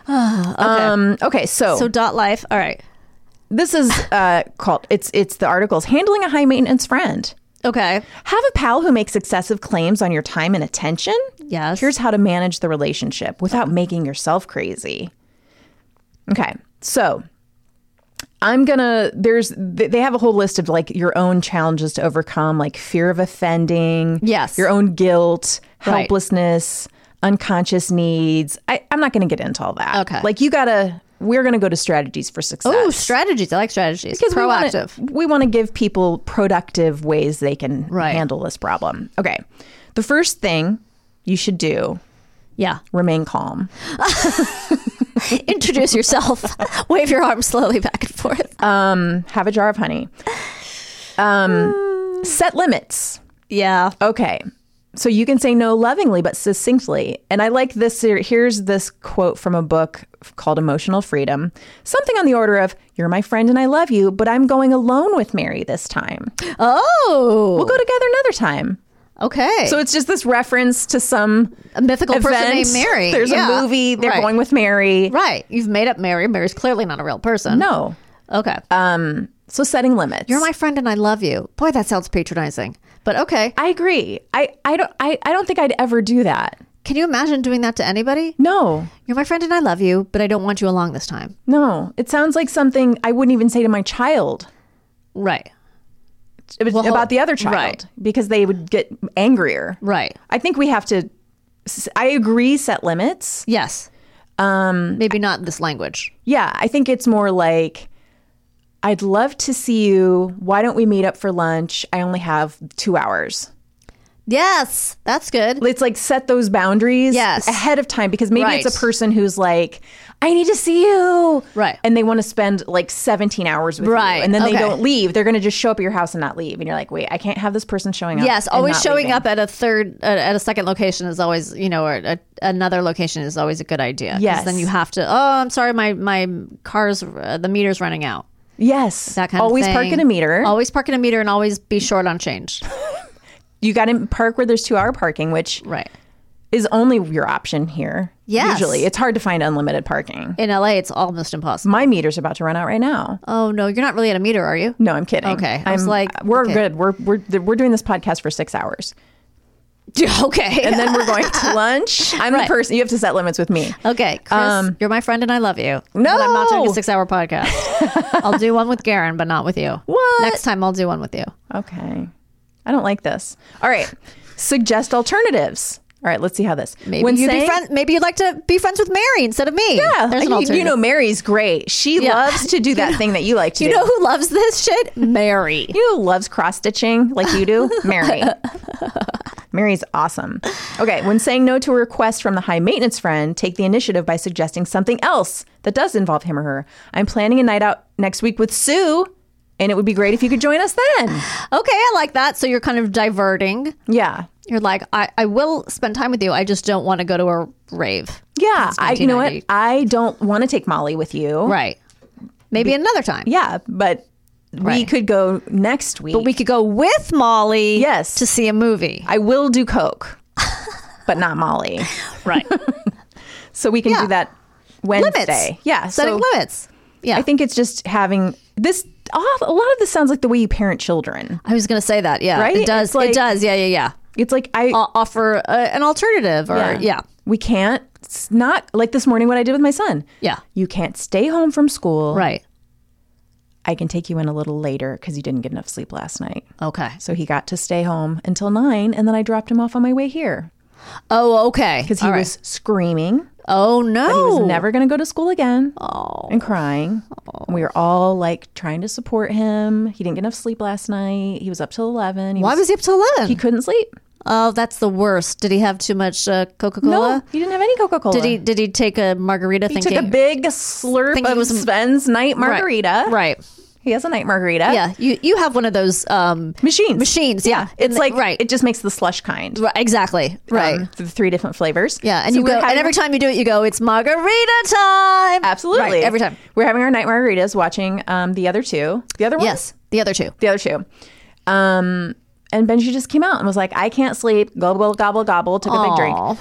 Speaker 2: okay. Um, okay, so,
Speaker 3: so dot life. All right.
Speaker 2: this is uh, called it's it's the articles handling a high maintenance friend.
Speaker 3: Okay.
Speaker 2: Have a pal who makes excessive claims on your time and attention.
Speaker 3: Yes.
Speaker 2: Here's how to manage the relationship without making yourself crazy. Okay. So I'm going to, there's, th- they have a whole list of like your own challenges to overcome, like fear of offending.
Speaker 3: Yes.
Speaker 2: Your own guilt,
Speaker 3: Right.
Speaker 2: helplessness, unconscious needs. I, I'm not going to get into all that.
Speaker 3: Okay.
Speaker 2: Like you got to, we're going to go to strategies for success.
Speaker 3: Ooh, strategies. I like strategies.
Speaker 2: Because
Speaker 3: Proactive.
Speaker 2: We want to give people productive ways they can
Speaker 3: Right.
Speaker 2: handle this problem. Okay. The first thing you should do
Speaker 3: yeah. [LAUGHS]
Speaker 2: remain calm.
Speaker 3: Introduce [LAUGHS] yourself. Wave your arms slowly back and forth.
Speaker 2: Have a jar of honey. Um, set limits.
Speaker 3: Hmm. yeah.
Speaker 2: Okay. So you can say no lovingly but succinctly. And I like this. here- Here's this quote from a book called Emotional Freedom. Something on the order of You're my friend and I love you, but I'm going alone with Mary this time.
Speaker 3: Oh.
Speaker 2: We'll go together another time.
Speaker 3: Okay.
Speaker 2: So it's just this reference to some
Speaker 3: a mythical person
Speaker 2: event.
Speaker 3: named Mary.
Speaker 2: There's
Speaker 3: Yeah.
Speaker 2: a movie. They're
Speaker 3: right.
Speaker 2: going with Mary.
Speaker 3: Right. You've made up Mary. Mary's clearly not a real person.
Speaker 2: No.
Speaker 3: Okay.
Speaker 2: So setting limits.
Speaker 3: You're my friend and I love you. Boy, that sounds patronizing. But okay.
Speaker 2: I agree. I, I don't I, I don't think I'd ever do that.
Speaker 3: Can you imagine doing that to anybody?
Speaker 2: No.
Speaker 3: You're my friend and I love you, but I don't want you along this time.
Speaker 2: No. It sounds like something I wouldn't even say to my child
Speaker 3: Right.
Speaker 2: It was
Speaker 3: Well,
Speaker 2: about the other child
Speaker 3: right.
Speaker 2: because they would get angrier.
Speaker 3: Right.
Speaker 2: I think we have to s- I agree set limits.
Speaker 3: Yes. Um maybe not this language.
Speaker 2: Yeah, I think it's more like I'd love to see you. Why don't we meet up for lunch? I only have 2 hours.
Speaker 3: Yes. That's good.
Speaker 2: it's like set those boundaries
Speaker 3: Yes.
Speaker 2: ahead of time because maybe
Speaker 3: Right.
Speaker 2: it's a person who's like i need to see you
Speaker 3: Right.
Speaker 2: and they want to spend like 17 hours with
Speaker 3: Right.
Speaker 2: you and then
Speaker 3: Okay.
Speaker 2: they don't leave they're going to just show up at your house and not leave and you're like wait i can't have this person showing up
Speaker 3: Yes,
Speaker 2: and
Speaker 3: always
Speaker 2: not
Speaker 3: showing
Speaker 2: leaving.
Speaker 3: up at a third, at, at a second location is always, you know, or a, another location is always a good idea. 'Cause
Speaker 2: Yes.
Speaker 3: then you have to. Oh, I'm sorry, my my car's uh, the meter's running out.
Speaker 2: yes
Speaker 3: That kind
Speaker 2: always
Speaker 3: of thing.
Speaker 2: park in a meter
Speaker 3: Always park in a meter, and always be short
Speaker 2: [LAUGHS]
Speaker 3: on change.
Speaker 2: you got to park where there's two hour parking which
Speaker 3: right.
Speaker 2: is only your option here
Speaker 3: Yes.
Speaker 2: usually it's hard to find unlimited parking
Speaker 3: In LA, it's almost impossible.
Speaker 2: my meter's about to run out right now
Speaker 3: Oh no, you're not really at a meter, are you? [LAUGHS]
Speaker 2: no i'm kidding
Speaker 3: Okay, I
Speaker 2: i'm
Speaker 3: was like,
Speaker 2: we're
Speaker 3: okay.
Speaker 2: good we're, we're we're doing this podcast for six hours
Speaker 3: okay.
Speaker 2: and then we're going
Speaker 3: [LAUGHS]
Speaker 2: to lunch. I'm
Speaker 3: Right.
Speaker 2: the person you have to set limits with me.
Speaker 3: Okay, Chris,
Speaker 2: Um,
Speaker 3: you're my friend and I love you. No, I'm not doing a six-hour podcast. [LAUGHS] I'll do one with Garen, but not with you.
Speaker 2: What?
Speaker 3: Next time, I'll do one with you.
Speaker 2: Okay. I don't like this. All right. Suggest alternatives. All right, let's see how this.
Speaker 3: Maybe you'd be friend, Maybe you'd like to be friends with Mary instead of me.
Speaker 2: Yeah,
Speaker 3: there's an
Speaker 2: you,
Speaker 3: alternative.
Speaker 2: you know Mary's great. She
Speaker 3: Yeah.
Speaker 2: loves to do
Speaker 3: [LAUGHS]
Speaker 2: that thing that you like to
Speaker 3: You
Speaker 2: do.
Speaker 3: know who loves this
Speaker 2: [LAUGHS]
Speaker 3: shit? Mary.
Speaker 2: you know who loves cross stitching like you
Speaker 3: [LAUGHS]
Speaker 2: do? Mary. Mary's awesome. Okay, when saying no to a request from the high maintenance friend, take the initiative by suggesting something else that does involve him or her. I'm planning a night out next week with Sue, and it would be great if you could join us then.
Speaker 3: Okay, I like that. So you're kind of diverting.
Speaker 2: Yeah.
Speaker 3: You're like, I, I will spend time with you. I just don't want to go to a rave.
Speaker 2: Yeah. I, you know what?
Speaker 3: 1990.
Speaker 2: I don't want to take Molly with you.
Speaker 3: Right. Maybe another time.
Speaker 2: Yeah. But we
Speaker 3: Right.
Speaker 2: could go next week.
Speaker 3: But we could go with Molly
Speaker 2: Yes.
Speaker 3: to see a movie. [LAUGHS]
Speaker 2: I will do Coke. but not Molly.
Speaker 3: Right.
Speaker 2: So we can
Speaker 3: Yeah.
Speaker 2: do that Wednesday.
Speaker 3: limits.
Speaker 2: Yeah.
Speaker 3: [LAUGHS] Setting
Speaker 2: so
Speaker 3: limits. Yeah.
Speaker 2: I think it's just having this. A lot of this sounds like the way you parent children.
Speaker 3: I was going to say that. Yeah.
Speaker 2: Right?
Speaker 3: It does.
Speaker 2: It's like-
Speaker 3: it does. Yeah. Yeah. Yeah.
Speaker 2: It's like I
Speaker 3: O- offer uh, an alternative or, yeah.
Speaker 2: We can't it's not like this morning what I did with my son.
Speaker 3: Yeah.
Speaker 2: You can't stay home from school.
Speaker 3: Right.
Speaker 2: I can take you in a little later because you didn't get enough sleep last night.
Speaker 3: Okay.
Speaker 2: So he got to stay home until nine, and then I dropped him off on my way here
Speaker 3: Oh, okay.
Speaker 2: because he
Speaker 3: All right.
Speaker 2: was screaming.
Speaker 3: Oh, no.
Speaker 2: He was never going to go to school again and crying. And we were all like trying to support him. He didn't get enough sleep last night. He was up till 11. He
Speaker 3: Why was he up till 11?
Speaker 2: he couldn't sleep.
Speaker 3: oh, that's the worst. Did he have too much uh, Coca Cola?
Speaker 2: No, he didn't have any Coca Cola.
Speaker 3: Did he did he take a margarita
Speaker 2: He
Speaker 3: thinking
Speaker 2: took a big slurp
Speaker 3: Thinking
Speaker 2: of
Speaker 3: it was-
Speaker 2: Sven's night
Speaker 3: Right.
Speaker 2: margarita.
Speaker 3: Right.
Speaker 2: He has a night margarita.
Speaker 3: Yeah. You you have one of those um
Speaker 2: Machines.
Speaker 3: machines. Yeah. In
Speaker 2: It's
Speaker 3: the-
Speaker 2: like
Speaker 3: right.
Speaker 2: it just makes the slush kind.
Speaker 3: Right, exactly. Right.
Speaker 2: Um, th- three different flavors.
Speaker 3: yeah, and
Speaker 2: So
Speaker 3: you
Speaker 2: we're
Speaker 3: go, and
Speaker 2: having-
Speaker 3: every time you do it, you go, "It's margarita time!"
Speaker 2: Absolutely.
Speaker 3: Right, every time.
Speaker 2: We're having our night margaritas watching um, the other two. The other one?
Speaker 3: Yes, the other two.
Speaker 2: The other two. Um, and Benji just came out and was like, I can't sleep. Gobble, gobble, gobble. Took a big drink.
Speaker 3: Aw.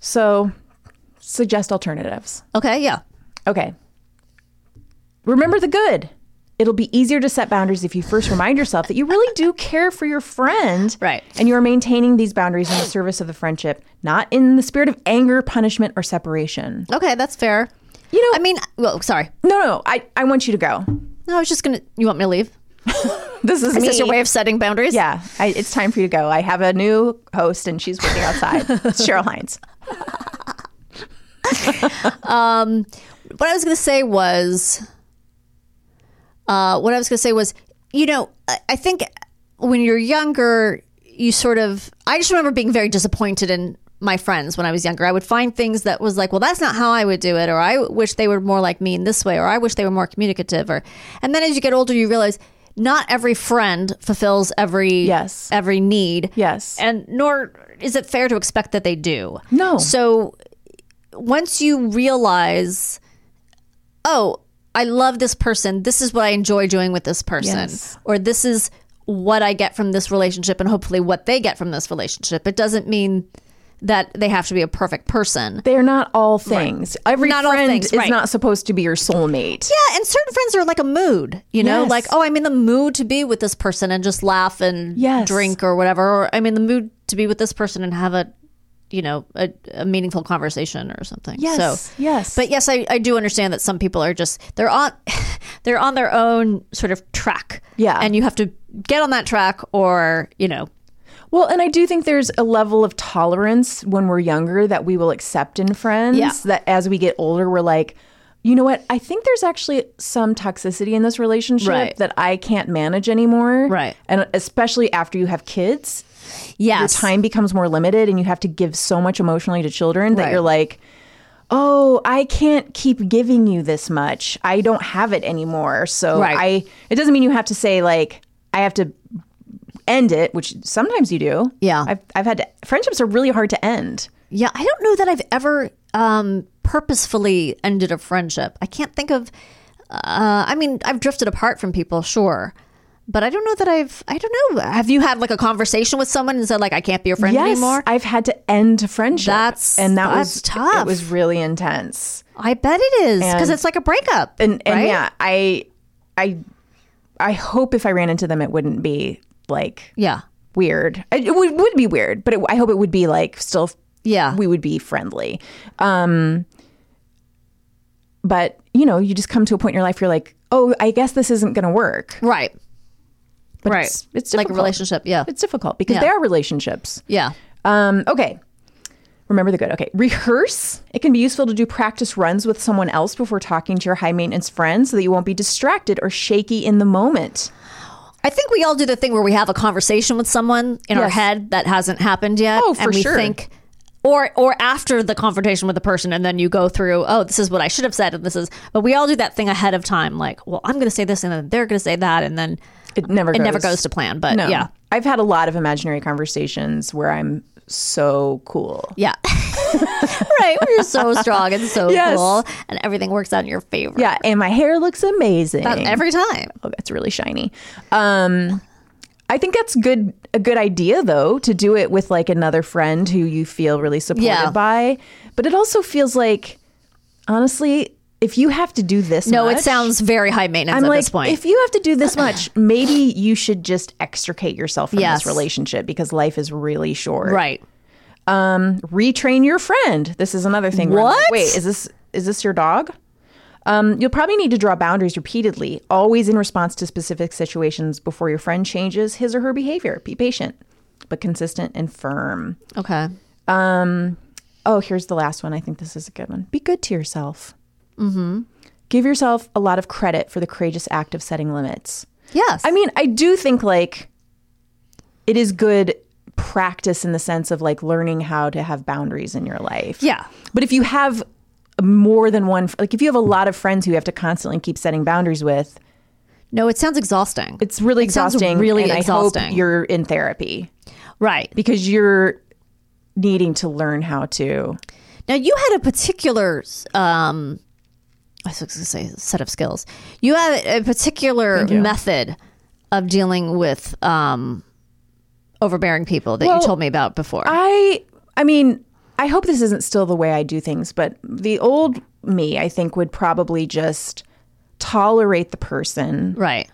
Speaker 2: So suggest alternatives.
Speaker 3: Okay, yeah,
Speaker 2: Okay. Remember the good. It'll be easier to set boundaries if you first remind yourself that you really
Speaker 3: [LAUGHS]
Speaker 2: do care for your friend.
Speaker 3: Right.
Speaker 2: And you are maintaining these boundaries in the service of the friendship, not in the spirit of anger, punishment, or separation.
Speaker 3: okay, that's fair.
Speaker 2: You know,
Speaker 3: I mean, well, sorry.
Speaker 2: no, no, I, I want you to go.
Speaker 3: No, I was just gonna. You want me to leave?
Speaker 2: This is,
Speaker 3: Is
Speaker 2: me.
Speaker 3: this your way of setting boundaries?
Speaker 2: yeah, I, it's time for you to go. I have a new host and she's waiting outside. It's [LAUGHS] Cheryl Hines.
Speaker 3: Mm. what I was going to say was, uh, what I was going to say was, you know, I, I think when you're younger, you sort of, I just remember being very disappointed in my friends when I was younger. I would find things that was like, well, that's not how I would do it, or I wish they were more like me in this way, or I wish they were more communicative, or, and then as you get older, you realize not every friend fulfills every
Speaker 2: Yes.
Speaker 3: every need
Speaker 2: Yes.
Speaker 3: and nor is it fair to expect that they do.
Speaker 2: No.
Speaker 3: So once you realize, oh, I love this person. This is what I enjoy doing with this person,
Speaker 2: Yes.
Speaker 3: or this is what I get from this relationship, and hopefully what they get from this relationship. It doesn't mean that they have to be a perfect person.
Speaker 2: They're not all things. Every
Speaker 3: Not all
Speaker 2: friend
Speaker 3: things,
Speaker 2: is
Speaker 3: right.
Speaker 2: not supposed to be your soulmate.
Speaker 3: Yeah, and certain friends are like a mood, you know,
Speaker 2: Yes.
Speaker 3: like, oh, I'm in the mood to be with this person and just laugh and
Speaker 2: Yes.
Speaker 3: drink or whatever, or I'm in the mood to be with this person and have a, you know, a, a meaningful conversation or something.
Speaker 2: Yes.
Speaker 3: So,
Speaker 2: yes.
Speaker 3: but yes, I, I do understand that some people are just, they're on, [LAUGHS] they're on their own sort of track.
Speaker 2: Yeah.
Speaker 3: And you have to get on that track or, you know,
Speaker 2: Well, and I do think there's a level of tolerance when we're younger that we will accept in friends
Speaker 3: Yeah.
Speaker 2: that as we get older, we're like, you know what? I think there's actually some toxicity in this relationship
Speaker 3: Right.
Speaker 2: that I can't manage anymore.
Speaker 3: Right.
Speaker 2: And especially after you have kids,
Speaker 3: yes.
Speaker 2: your time becomes more limited and you have to give so much emotionally to children that
Speaker 3: Right.
Speaker 2: you're like, oh, I can't keep giving you this much. I don't have it anymore. So
Speaker 3: Right.
Speaker 2: I, it doesn't mean you have to say, like, I have to end it, which sometimes you do.
Speaker 3: Yeah.
Speaker 2: I've, I've had to, friendships are really hard to end.
Speaker 3: Yeah, I don't know that I've ever um, purposefully ended a friendship. I can't think of. Uh, I mean, I've drifted apart from people, sure, but I don't know that I've. I don't know. Have you had like a conversation with someone and said like, "I can't be your friend anymore"?
Speaker 2: I've had to end a friendship.
Speaker 3: That's-
Speaker 2: and that
Speaker 3: that's
Speaker 2: was
Speaker 3: tough.
Speaker 2: It was really intense.
Speaker 3: I bet it is because
Speaker 2: And-
Speaker 3: it's like a breakup.
Speaker 2: and and
Speaker 3: right?
Speaker 2: yeah, I, I, I hope if I ran into them, it wouldn't be like
Speaker 3: yeah,
Speaker 2: weird. It it would, would be weird, but it, I hope it would be like still,
Speaker 3: yeah,
Speaker 2: we would be friendly. Um, but you know, you just come to a point in your life, you're like, oh, I guess this isn't going to work.
Speaker 3: right,
Speaker 2: But
Speaker 3: right.
Speaker 2: it's, it's
Speaker 3: like
Speaker 2: difficult.
Speaker 3: a relationship. Yeah,
Speaker 2: It's difficult because
Speaker 3: Yeah.
Speaker 2: they are relationships.
Speaker 3: yeah.
Speaker 2: Um, okay. Remember the good. Okay. Rehearse. It can be useful to do practice runs with someone else before talking to your high maintenance friend so that you won't be distracted or shaky in the moment.
Speaker 3: I think we all do the thing where we have a conversation with someone in our
Speaker 2: Yes.
Speaker 3: head that hasn't happened yet.
Speaker 2: Oh, for
Speaker 3: and we
Speaker 2: sure.
Speaker 3: Think, or or after the confrontation with the person, and then you go through, oh, this is what I should have said, and this is. But we all do that thing ahead of time, like, well, I'm going to say this, and then they're going to say that, and then
Speaker 2: It never
Speaker 3: it
Speaker 2: goes.
Speaker 3: never goes to plan. But
Speaker 2: No.
Speaker 3: yeah,
Speaker 2: I've had a lot of imaginary conversations where I'm so cool.
Speaker 3: yeah. [LAUGHS] right, we are so strong and so
Speaker 2: Yes.
Speaker 3: cool, and everything works out in your favor.
Speaker 2: Yeah, and my hair looks amazing.
Speaker 3: Every time.
Speaker 2: oh, that's really shiny. Um, I think that's good a good idea though to do it with like another friend who you feel really supported
Speaker 3: Yeah.
Speaker 2: by. But it also feels like honestly, if you have to do this
Speaker 3: No, it
Speaker 2: much-
Speaker 3: sounds very high maintenance
Speaker 2: I'm
Speaker 3: at
Speaker 2: like,
Speaker 3: this point.
Speaker 2: if you have to do
Speaker 3: [CLEARS THROAT]
Speaker 2: this much, maybe you should just extricate yourself from
Speaker 3: Yes.
Speaker 2: this relationship because life is really short.
Speaker 3: right.
Speaker 2: Retrain your friend. This is another thing. where I'm like,
Speaker 3: What?
Speaker 2: Wait, is this is this your dog? Um, you'll probably need to draw boundaries repeatedly, always in response to specific situations before your friend changes his or her behavior. Be patient, but consistent and firm.
Speaker 3: Okay.
Speaker 2: Oh, here's the last one. I think this is a good one. Be good to yourself. Mm-hmm. Give yourself a lot of credit for the courageous act of setting limits.
Speaker 3: Yes.
Speaker 2: I mean, I do think like it is good practice in the sense of like learning how to have boundaries in your life.
Speaker 3: Yeah.
Speaker 2: But if you have more than one, like if you have a lot of friends who you have to constantly keep setting boundaries with,
Speaker 3: no, it sounds exhausting.
Speaker 2: it's really
Speaker 3: It sounds
Speaker 2: exhausting.
Speaker 3: really
Speaker 2: and I hope
Speaker 3: exhausting.
Speaker 2: you're in therapy
Speaker 3: right.
Speaker 2: because you're needing to learn how to.
Speaker 3: Now you had a particular um I was going to say set of skills. You had a particular method of dealing with um overbearing people that you told me about before.
Speaker 2: I I mean, I hope this isn't still the way I do things, but the old me, I think, would probably just tolerate the person,
Speaker 3: right.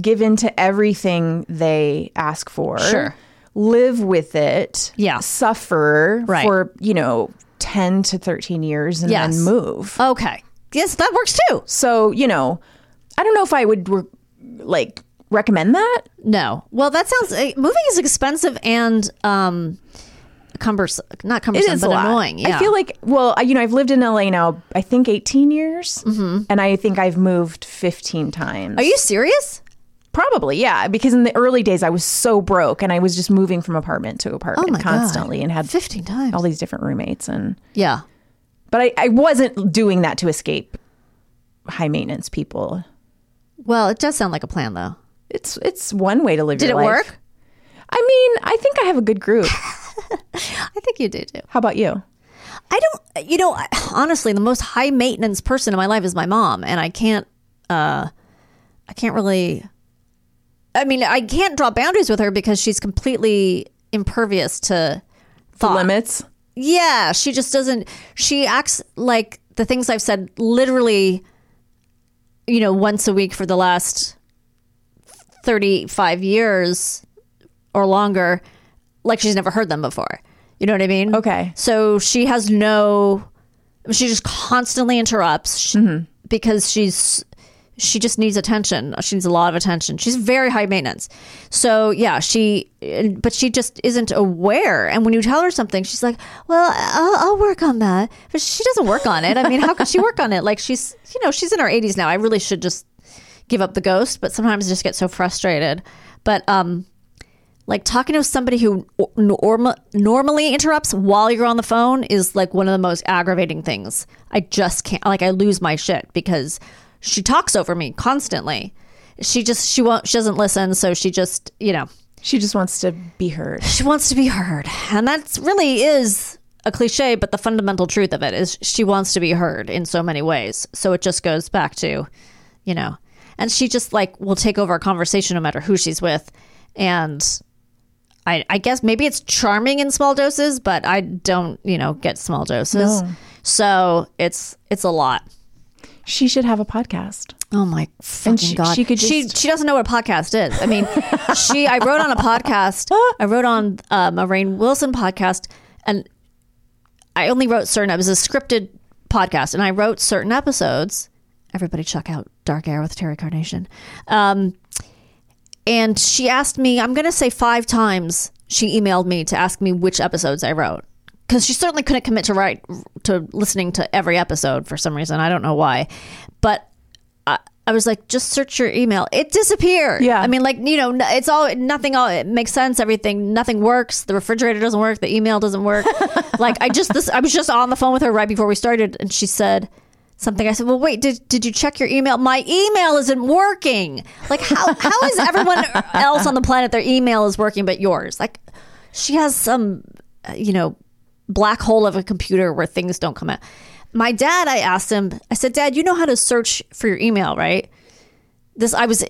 Speaker 2: give in to everything they ask for,
Speaker 3: Sure.
Speaker 2: live with it,
Speaker 3: Yeah.
Speaker 2: suffer
Speaker 3: Right.
Speaker 2: for you know ten to thirteen years, and
Speaker 3: Yes.
Speaker 2: then move.
Speaker 3: Okay. Yes, that works too.
Speaker 2: So you know, I don't know if I would re- like recommend that.
Speaker 3: No. Well, that sounds uh, moving is expensive and um cumbersome not
Speaker 2: It
Speaker 3: cumbersome
Speaker 2: is
Speaker 3: but
Speaker 2: a lot.
Speaker 3: annoying. Yeah.
Speaker 2: I feel like, well, I- you know, I've lived in LA now, I think 18 years, and I think I've moved 15 times.
Speaker 3: Mm-hmm. Are you serious?
Speaker 2: Probably, yeah, because in the early days I was so broke and I was just moving from apartment to apartment
Speaker 3: Oh my God.
Speaker 2: constantly and had
Speaker 3: 15 times.
Speaker 2: all these different roommates and
Speaker 3: Yeah.
Speaker 2: but I, I wasn't doing that to escape high maintenance people.
Speaker 3: Well, it does sound like a plan though.
Speaker 2: It's it's one way to live
Speaker 3: Did it
Speaker 2: your life.
Speaker 3: work?
Speaker 2: I mean, I think I have a good
Speaker 3: [LAUGHS]
Speaker 2: group.
Speaker 3: I think you do too.
Speaker 2: How about you?
Speaker 3: I don't, you know, I- honestly, the most high maintenance person in my life is my mom, and I can't, uh, I can't really, I mean, I can't draw boundaries with her because she's completely impervious to thought.
Speaker 2: Limits?
Speaker 3: Yeah, she just doesn't, she acts like the things I've said literally, you know, once a week for the last 35 years or longer, like she's never heard them before. You know what I mean?
Speaker 2: Okay.
Speaker 3: So she has no. She just constantly interrupts sh because she's she just needs attention. She needs a lot of attention. She's very high maintenance. So yeah, she but she just isn't aware. And when you tell her something, she's like, "Well, I'll, I'll work on that." But she doesn't work on it. I mean, how could she work on it? Like she's you know she's in her 80s now. I really should just give up the ghost, but sometimes I just get so frustrated. But um, like talking to somebody who o- norm- normally interrupts while you're on the phone is like one of the most aggravating things. I just can't like I lose my shit because she talks over me constantly. She just she won't she doesn't listen, so she just you know
Speaker 2: She just wants to be heard.
Speaker 3: she wants to be heard, and that's really is a cliche, but the fundamental truth of it is she wants to be heard in so many ways. So it just goes back to, you know, and she just like will take over a conversation no matter who she's with, and I, I guess maybe it's charming in small doses, but I don't you know get small doses, so it's it's a lot.
Speaker 2: She should have a podcast.
Speaker 3: Oh my fucking
Speaker 2: she-
Speaker 3: god!
Speaker 2: she could
Speaker 3: she
Speaker 2: just-
Speaker 3: she doesn't know what a podcast is. I mean, she I wrote on a podcast. I wrote on um, a Rain Wilson podcast, and I only wrote certain. It was a scripted podcast, and I wrote certain episodes. Everybody, check out Dark Air with Terry Carnation. Um, and she asked me. I'm gonna say five times she emailed me to ask me which episodes I wrote because she certainly couldn't commit to write to listening to every episode for some reason. I don't know why, but I, I was like, just search your email. It disappeared.
Speaker 2: Yeah.
Speaker 3: I mean, like you know, n- it's all nothing. All it makes sense. Everything. Nothing works. The refrigerator doesn't work. The email doesn't work. like I just this. I was just on the phone with her right before we started, and she said. Something I said. Well, wait. Did, did you check your email? My email isn't working. Like how how is everyone else on the planet their email is working but yours? Like she has some uh, you know black hole of a computer where things don't come out. My dad, I asked him, I said, Dad, you know how to search for your email, right? This, I was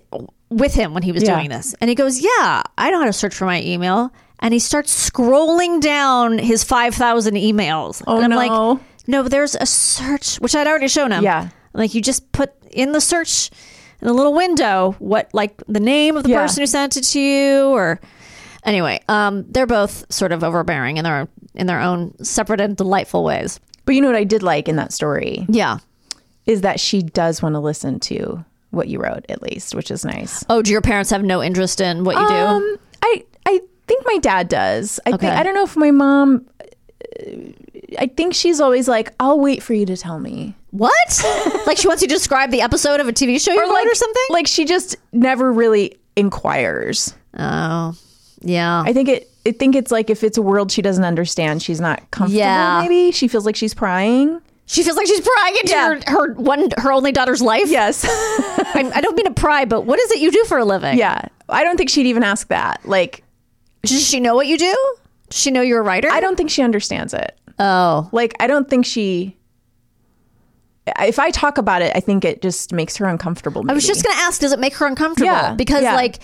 Speaker 3: with him when he was
Speaker 2: Yeah.
Speaker 3: doing this. And he goes, Yeah, I know how to search for my email. And he starts scrolling down his 5,000 emails.
Speaker 2: Oh,
Speaker 3: and I'm
Speaker 2: no.
Speaker 3: like, No, there's a search, which I'd already shown him.
Speaker 2: Yeah.
Speaker 3: Like, you just put in the search in a little window what, like, the name of the
Speaker 2: Yeah.
Speaker 3: person who sent it to you or. Anyway, um, they're both sort of overbearing in their in their own separate and delightful ways.
Speaker 2: But you know what I did like in that story
Speaker 3: Yeah.
Speaker 2: is that she does want to listen to what you wrote at least, which is nice.
Speaker 3: Oh, do your parents have no interest in what you do?
Speaker 2: Um, I I think my dad does. I
Speaker 3: Okay.
Speaker 2: think I don't know if my mom. uh, I think she's always like, "I'll wait for you to tell me,"
Speaker 3: [LAUGHS] What? like she wants you to describe the episode of a TV show you wrote
Speaker 2: like
Speaker 3: or something?
Speaker 2: Like she just never really inquires.
Speaker 3: Oh, yeah.
Speaker 2: I think it. I think it's like if it's a world she doesn't understand, she's not comfortable.
Speaker 3: Yeah.
Speaker 2: Maybe she feels like she's prying.
Speaker 3: She feels like she's prying into
Speaker 2: Yeah.
Speaker 3: her, her one her only daughter's life.
Speaker 2: Yes.
Speaker 3: I, I don't mean to pry, but what is it you do for a living?
Speaker 2: [LAUGHS] yeah. I don't think she'd even ask that. Like,
Speaker 3: Does she know what you do? Does she know you're a writer?
Speaker 2: I don't think she understands it.
Speaker 3: Oh,
Speaker 2: Like, I don't think she. If I talk about it, I think it just makes her uncomfortable.
Speaker 3: I was just gonna ask. Does it make her uncomfortable?
Speaker 2: Yeah,
Speaker 3: Because
Speaker 2: yeah.
Speaker 3: like,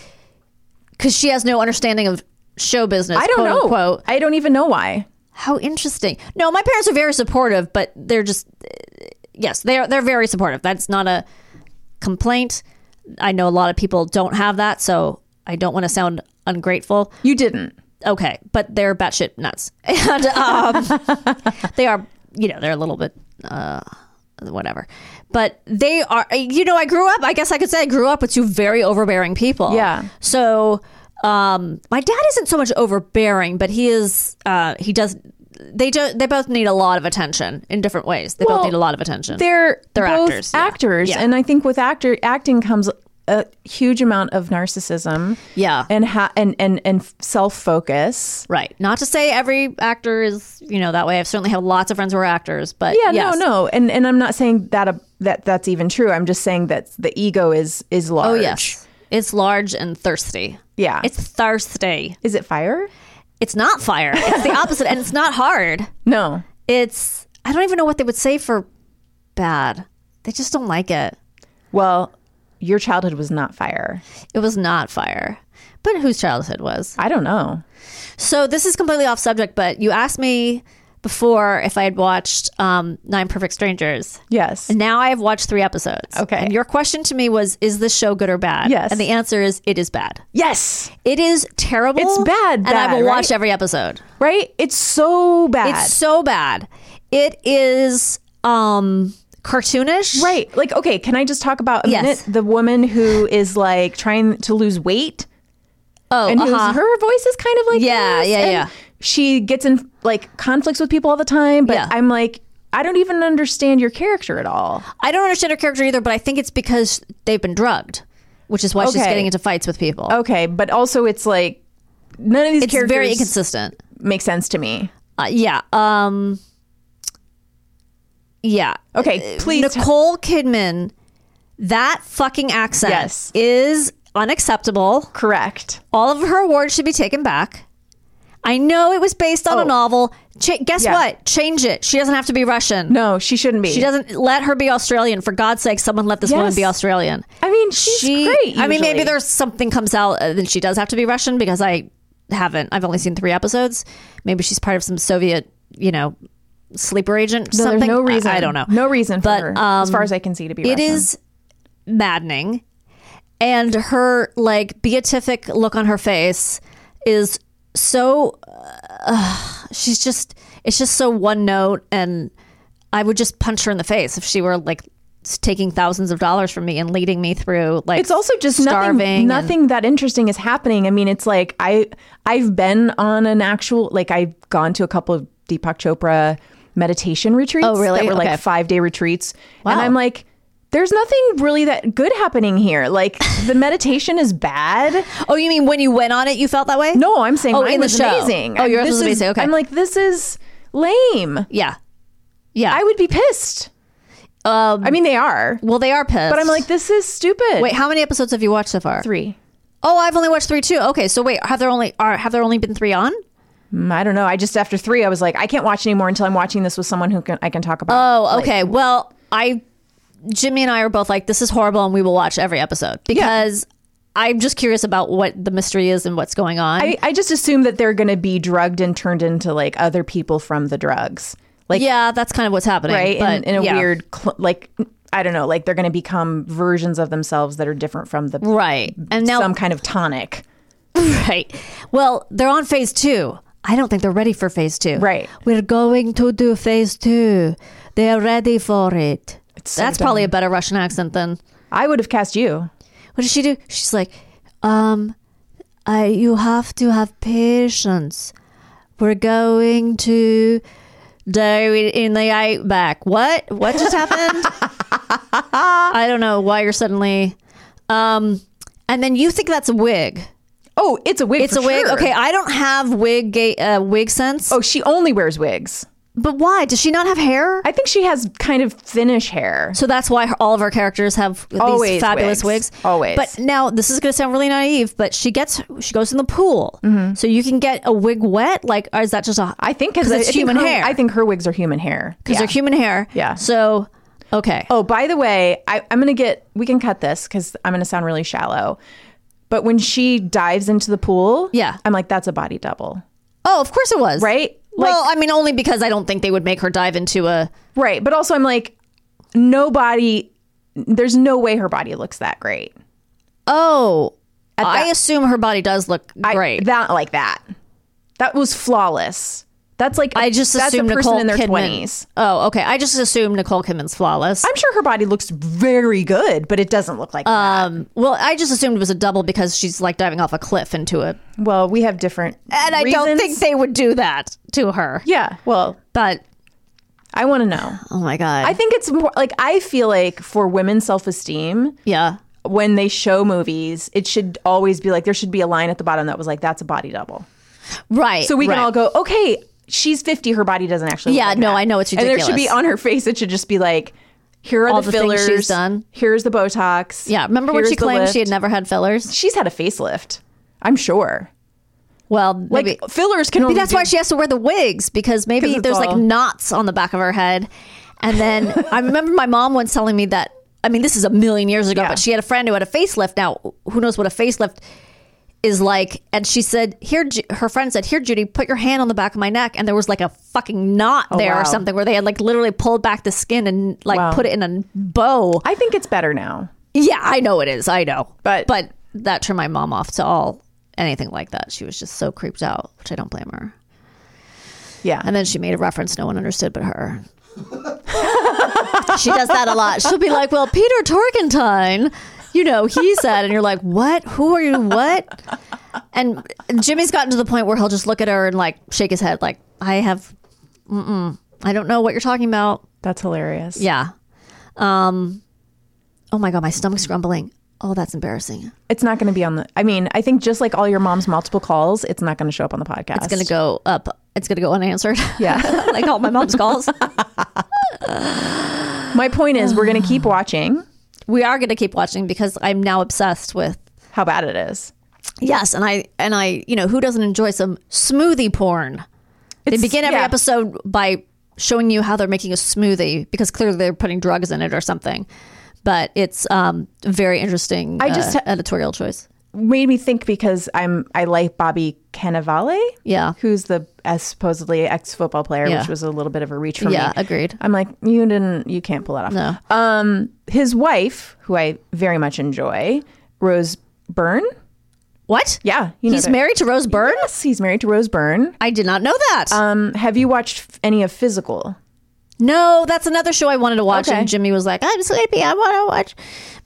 Speaker 3: because she has no understanding of show business.
Speaker 2: I don't
Speaker 3: quote
Speaker 2: know.
Speaker 3: Unquote.
Speaker 2: I don't even know why.
Speaker 3: How interesting. No, my parents are very supportive, but they're just uh, yes, they're they're very supportive. That's not a complaint. I know a lot of people don't have that, so I don't want to sound ungrateful.
Speaker 2: You didn't.
Speaker 3: Okay, but they're batshit nuts, [LAUGHS] and um,
Speaker 2: [LAUGHS]
Speaker 3: they are you know they're a little bit uh, whatever, but they are you know I grew up. I guess I could say I grew up with two very overbearing people.
Speaker 2: Yeah.
Speaker 3: So um, my dad isn't so much overbearing, but he is. Uh, he does. They do, They both need a lot of attention in different ways. They
Speaker 2: Well,
Speaker 3: both need a lot of attention.
Speaker 2: They're
Speaker 3: They're
Speaker 2: both
Speaker 3: actors, yeah.
Speaker 2: Actors,
Speaker 3: Yeah.
Speaker 2: and I think with actor acting comes a huge amount of narcissism.
Speaker 3: Yeah.
Speaker 2: and ha- and and and self focus.
Speaker 3: Right. Not to say every actor is, you know, that way. I certainly have lots of friends who are actors, but
Speaker 2: Yeah,
Speaker 3: yes.
Speaker 2: no, no, and and I'm not saying that a, that that's even true. I'm just saying that the ego is is large.
Speaker 3: Oh yes, it's large and thirsty.
Speaker 2: Yeah.
Speaker 3: it's thirsty.
Speaker 2: Is it fire?
Speaker 3: It's not fire. It's the opposite, and it's not hard.
Speaker 2: No.
Speaker 3: It's I don't even know what they would say for bad. They just don't like it.
Speaker 2: Well, your childhood was not fire.
Speaker 3: It was not fire. But whose childhood was?
Speaker 2: I don't know.
Speaker 3: So this is completely off subject, but you asked me before if I had watched um, Nine Perfect Strangers.
Speaker 2: Yes.
Speaker 3: Now I have watched three episodes.
Speaker 2: Okay.
Speaker 3: And your question to me was, is this show good or bad?
Speaker 2: Yes.
Speaker 3: And the answer is, it is bad.
Speaker 2: Yes.
Speaker 3: It is terrible.
Speaker 2: It's bad,
Speaker 3: And
Speaker 2: bad,
Speaker 3: I will
Speaker 2: right?
Speaker 3: watch every episode.
Speaker 2: Right? It's so bad.
Speaker 3: It's so bad. It is um cartoonish.
Speaker 2: right. Like okay, can I just talk about a
Speaker 3: Yes.
Speaker 2: minute the woman who is like trying to lose weight?
Speaker 3: Oh,
Speaker 2: and who's-
Speaker 3: uh-huh.
Speaker 2: her voice is kind of like
Speaker 3: Yeah,
Speaker 2: this,
Speaker 3: yeah,
Speaker 2: and
Speaker 3: yeah.
Speaker 2: She gets in like conflicts with people all the time, but
Speaker 3: Yeah.
Speaker 2: I'm like, I don't even understand your character at all.
Speaker 3: I don't understand her character either, but I think it's because they've been drugged, which is why she's
Speaker 2: Okay.
Speaker 3: getting into fights with people.
Speaker 2: Okay, but also it's like none of these
Speaker 3: it's
Speaker 2: characters
Speaker 3: very inconsistent.
Speaker 2: make sense to me.
Speaker 3: Uh, yeah. Um. Yeah. Uh,
Speaker 2: Okay, please. tell-
Speaker 3: Nicole Kidman, that fucking accent
Speaker 2: Yes.
Speaker 3: is unacceptable.
Speaker 2: correct.
Speaker 3: All of her awards should be taken back. I know it was based on a novel. Ch- guess
Speaker 2: Oh. Yeah.
Speaker 3: what? Change it. She doesn't have to be Russian.
Speaker 2: No, she shouldn't be.
Speaker 3: She doesn't let her be Australian. For God's sake, someone let this woman
Speaker 2: Yes.
Speaker 3: be Australian.
Speaker 2: I mean, she's great.
Speaker 3: I mean, maybe
Speaker 2: usually.
Speaker 3: there's something comes out uh, that she does have to be Russian because I haven't. I've only seen three episodes. Maybe she's part of some Soviet, you know, sleeper agent.
Speaker 2: No,
Speaker 3: something.
Speaker 2: there's no
Speaker 3: I-
Speaker 2: reason.
Speaker 3: I, don't know.
Speaker 2: No reason for
Speaker 3: But,
Speaker 2: her, as
Speaker 3: um,
Speaker 2: far as I can see, to be.
Speaker 3: It is maddening, and her like beatific look on her face is so. Uh, she's just. It's just so one note, and I would just punch her in the face if she were like s- taking thousands of dollars from me and leading me through like
Speaker 2: It's also just nothing.
Speaker 3: starving
Speaker 2: Nothing that interesting is happening. I mean, it's like I I've been on an actual like I've gone to a couple of Deepak Chopra meditation retreats.
Speaker 3: Oh, really?
Speaker 2: That were like
Speaker 3: Okay.
Speaker 2: five day retreats, and
Speaker 3: Wow.
Speaker 2: I'm like. There's nothing really that good happening here. Like the
Speaker 3: [LAUGHS]
Speaker 2: meditation is bad.
Speaker 3: Oh, you mean when you went on it, you felt that way?
Speaker 2: No, I'm saying
Speaker 3: Oh,
Speaker 2: mine
Speaker 3: in the
Speaker 2: was
Speaker 3: show.
Speaker 2: amazing.
Speaker 3: Oh,
Speaker 2: I-
Speaker 3: yours
Speaker 2: this
Speaker 3: was
Speaker 2: is-
Speaker 3: amazing. Okay.
Speaker 2: I'm like, this is lame.
Speaker 3: Yeah, yeah.
Speaker 2: I would be pissed. Um, I mean, they are,
Speaker 3: well, they are pissed.
Speaker 2: but I'm like, this is stupid.
Speaker 3: wait, how many episodes have you watched so far?
Speaker 2: three.
Speaker 3: Oh, I've only watched three too. Okay, so wait, have there only are have there only been three on?
Speaker 2: Mm, I don't know. I just after three, I was like, I can't watch anymore until I'm watching this with someone who can, I can talk about.
Speaker 3: Oh, okay. well, I Jimmy and I are both like, this is horrible, and we will watch every episode because I'm just curious about what the mystery is and what's going on.
Speaker 2: I, I just assume that they're going to be drugged and turned into like other people from the drugs, like
Speaker 3: yeah, that's kind of what's happening.
Speaker 2: right
Speaker 3: But
Speaker 2: in, in a
Speaker 3: yeah.
Speaker 2: weird cl- like I don't know, like they're going to become versions of themselves that are different from the
Speaker 3: Right. And now
Speaker 2: some kind of tonic.
Speaker 3: [LAUGHS] Right. Well, they're on phase two. I don't think they're ready for phase two.
Speaker 2: Right.
Speaker 3: We're going to do phase two. They are ready for it.
Speaker 2: so
Speaker 3: That's probably a better Russian accent than
Speaker 2: I would have cast you.
Speaker 3: what does she do? She's like, um, I, you have to have patience. We're going to do it in the outback. What? What just
Speaker 2: [LAUGHS]
Speaker 3: happened? I don't know why you're suddenly. Um, and then you think that's a wig.
Speaker 2: Oh, it's a wig.
Speaker 3: It's
Speaker 2: for
Speaker 3: a wig.
Speaker 2: sure.
Speaker 3: Okay, I don't have wig ga- uh, wig sense.
Speaker 2: Oh, she only wears wigs.
Speaker 3: But why does she not have hair?
Speaker 2: I think she has kind of thinnish hair.
Speaker 3: so that's why her- all of our characters have these
Speaker 2: Always
Speaker 3: fabulous
Speaker 2: wigs.
Speaker 3: wigs.
Speaker 2: Always.
Speaker 3: But now this is going to sound really naive, but she gets she goes in the pool, so you can get a wig wet. Like, or is that just a?
Speaker 2: Mm-hmm. I think because
Speaker 3: it's human hair.
Speaker 2: I think her wigs are human hair.
Speaker 3: because they're human hair.
Speaker 2: Yeah.
Speaker 3: So okay.
Speaker 2: Oh, by the way, I, I'm going to get, we can cut this because I'm going to sound really shallow. But when she dives into the pool,
Speaker 3: Yeah.
Speaker 2: I'm like, that's a body double.
Speaker 3: Oh, of course it was.
Speaker 2: Right?
Speaker 3: well, I mean, only because I don't think they would make her dive into a.
Speaker 2: Right. But also, I'm like, nobody, there's no way her body looks that great.
Speaker 3: Oh, I
Speaker 2: that-
Speaker 3: assume her body does look
Speaker 2: I,
Speaker 3: great.
Speaker 2: That, like that. That was flawless. That's like,
Speaker 3: I just
Speaker 2: that's a
Speaker 3: assume
Speaker 2: person
Speaker 3: Nicole
Speaker 2: in their
Speaker 3: Kidman.
Speaker 2: 20s.
Speaker 3: Oh, okay. I just assume Nicole Kidman's flawless.
Speaker 2: I'm sure her body looks very good, but it doesn't look like that.
Speaker 3: Um, well, I just assumed it was a double because she's like diving off a cliff into a,
Speaker 2: Well, we have different.
Speaker 3: and I don't
Speaker 2: reasons.
Speaker 3: think they would do that to her.
Speaker 2: Yeah. Well,
Speaker 3: But
Speaker 2: I want to know.
Speaker 3: oh my god,
Speaker 2: I think it's more like I feel like for women's self esteem,
Speaker 3: yeah,
Speaker 2: when they show movies, it should always be like there should be a line at the bottom that was like, that's a body double.
Speaker 3: right.
Speaker 2: So we
Speaker 3: right.
Speaker 2: can all go, okay, she's 50, her body doesn't actually look
Speaker 3: Yeah,
Speaker 2: like
Speaker 3: no,
Speaker 2: that."
Speaker 3: I know, it's
Speaker 2: And there should be
Speaker 3: ridiculous.
Speaker 2: on her face, it should just be like, here are
Speaker 3: All
Speaker 2: the
Speaker 3: the things
Speaker 2: fillers.
Speaker 3: she's done.
Speaker 2: Here's the Botox.
Speaker 3: Yeah, remember when
Speaker 2: here's
Speaker 3: she
Speaker 2: the
Speaker 3: claimed she
Speaker 2: lift.
Speaker 3: had never had fillers?
Speaker 2: She's had a facelift, I'm sure.
Speaker 3: Well,
Speaker 2: Like
Speaker 3: maybe
Speaker 2: fillers can
Speaker 3: maybe
Speaker 2: only
Speaker 3: that's
Speaker 2: do-
Speaker 3: why she has to wear the wigs because
Speaker 2: 'Cause
Speaker 3: maybe
Speaker 2: it's
Speaker 3: there's like
Speaker 2: all-
Speaker 3: knots on the back of her head. And
Speaker 2: [LAUGHS]
Speaker 3: then I remember my mom once telling me that I mean this is a million years ago,
Speaker 2: Yeah.
Speaker 3: but she had a friend who had a facelift. Now who knows what a facelift is like? And she said, "Here," Ju- her friend said, "Here, Judy, put your hand on the back of my neck," and there was like a fucking knot there
Speaker 2: Oh, wow.
Speaker 3: or something where they had like literally pulled back the skin and like
Speaker 2: Wow.
Speaker 3: put it in a bow.
Speaker 2: I think it's better now.
Speaker 3: Yeah, I know it is. I know.
Speaker 2: But-
Speaker 3: but that turned my mom off to all anything like that. She was just so creeped out, which I don't blame her.
Speaker 2: Yeah.
Speaker 3: And then she made a reference no one understood but her. she does that a lot. She'll be like, "Well, Peter Torkentine, you know, he said," and you're like, "What? Who are you? What?" And Jimmy's gotten to the point where he'll just look at her and like shake his head, like, "I have, mm-mm, I don't know what you're talking about."
Speaker 2: that's hilarious.
Speaker 3: Yeah. Um. Oh my god, my stomach's grumbling. Oh, that's embarrassing.
Speaker 2: It's not going to be on the. I mean, I think just like all your mom's multiple calls, it's not going to show up on the podcast.
Speaker 3: It's gonna go up. It's gonna go unanswered.
Speaker 2: Yeah.
Speaker 3: [LAUGHS] like all my mom's [LAUGHS] calls.
Speaker 2: My point is,
Speaker 3: [SIGHS]
Speaker 2: we're going to keep watching
Speaker 3: We are gonna keep watching because I'm now obsessed with
Speaker 2: how bad it is.
Speaker 3: yes, and I and I you know who doesn't enjoy some smoothie porn? they
Speaker 2: It's-
Speaker 3: begin every
Speaker 2: yeah.
Speaker 3: episode by showing you how they're making a smoothie because clearly they're putting drugs in it or something. But it's um very interesting. I
Speaker 2: just-
Speaker 3: just editorial choice.
Speaker 2: Made me think because I'm I like Bobby Cannavale,
Speaker 3: Yeah.
Speaker 2: who's the uh, supposedly ex football player,
Speaker 3: Yeah.
Speaker 2: which was a little bit of a reach for me.
Speaker 3: Yeah, agreed.
Speaker 2: I'm like, you didn't, you can't pull that off.
Speaker 3: No.
Speaker 2: Um, his wife, who I very much enjoy, Rose Byrne.
Speaker 3: What?
Speaker 2: Yeah, you know
Speaker 3: He's
Speaker 2: that-
Speaker 3: married to Rose Byrne.
Speaker 2: Yes, he's married to Rose Byrne.
Speaker 3: I did not know that.
Speaker 2: Um, have you watched f- any of Physical?
Speaker 3: No, that's another show I wanted to watch,
Speaker 2: Okay.
Speaker 3: and Jimmy was like, "I'm sleepy. I want to watch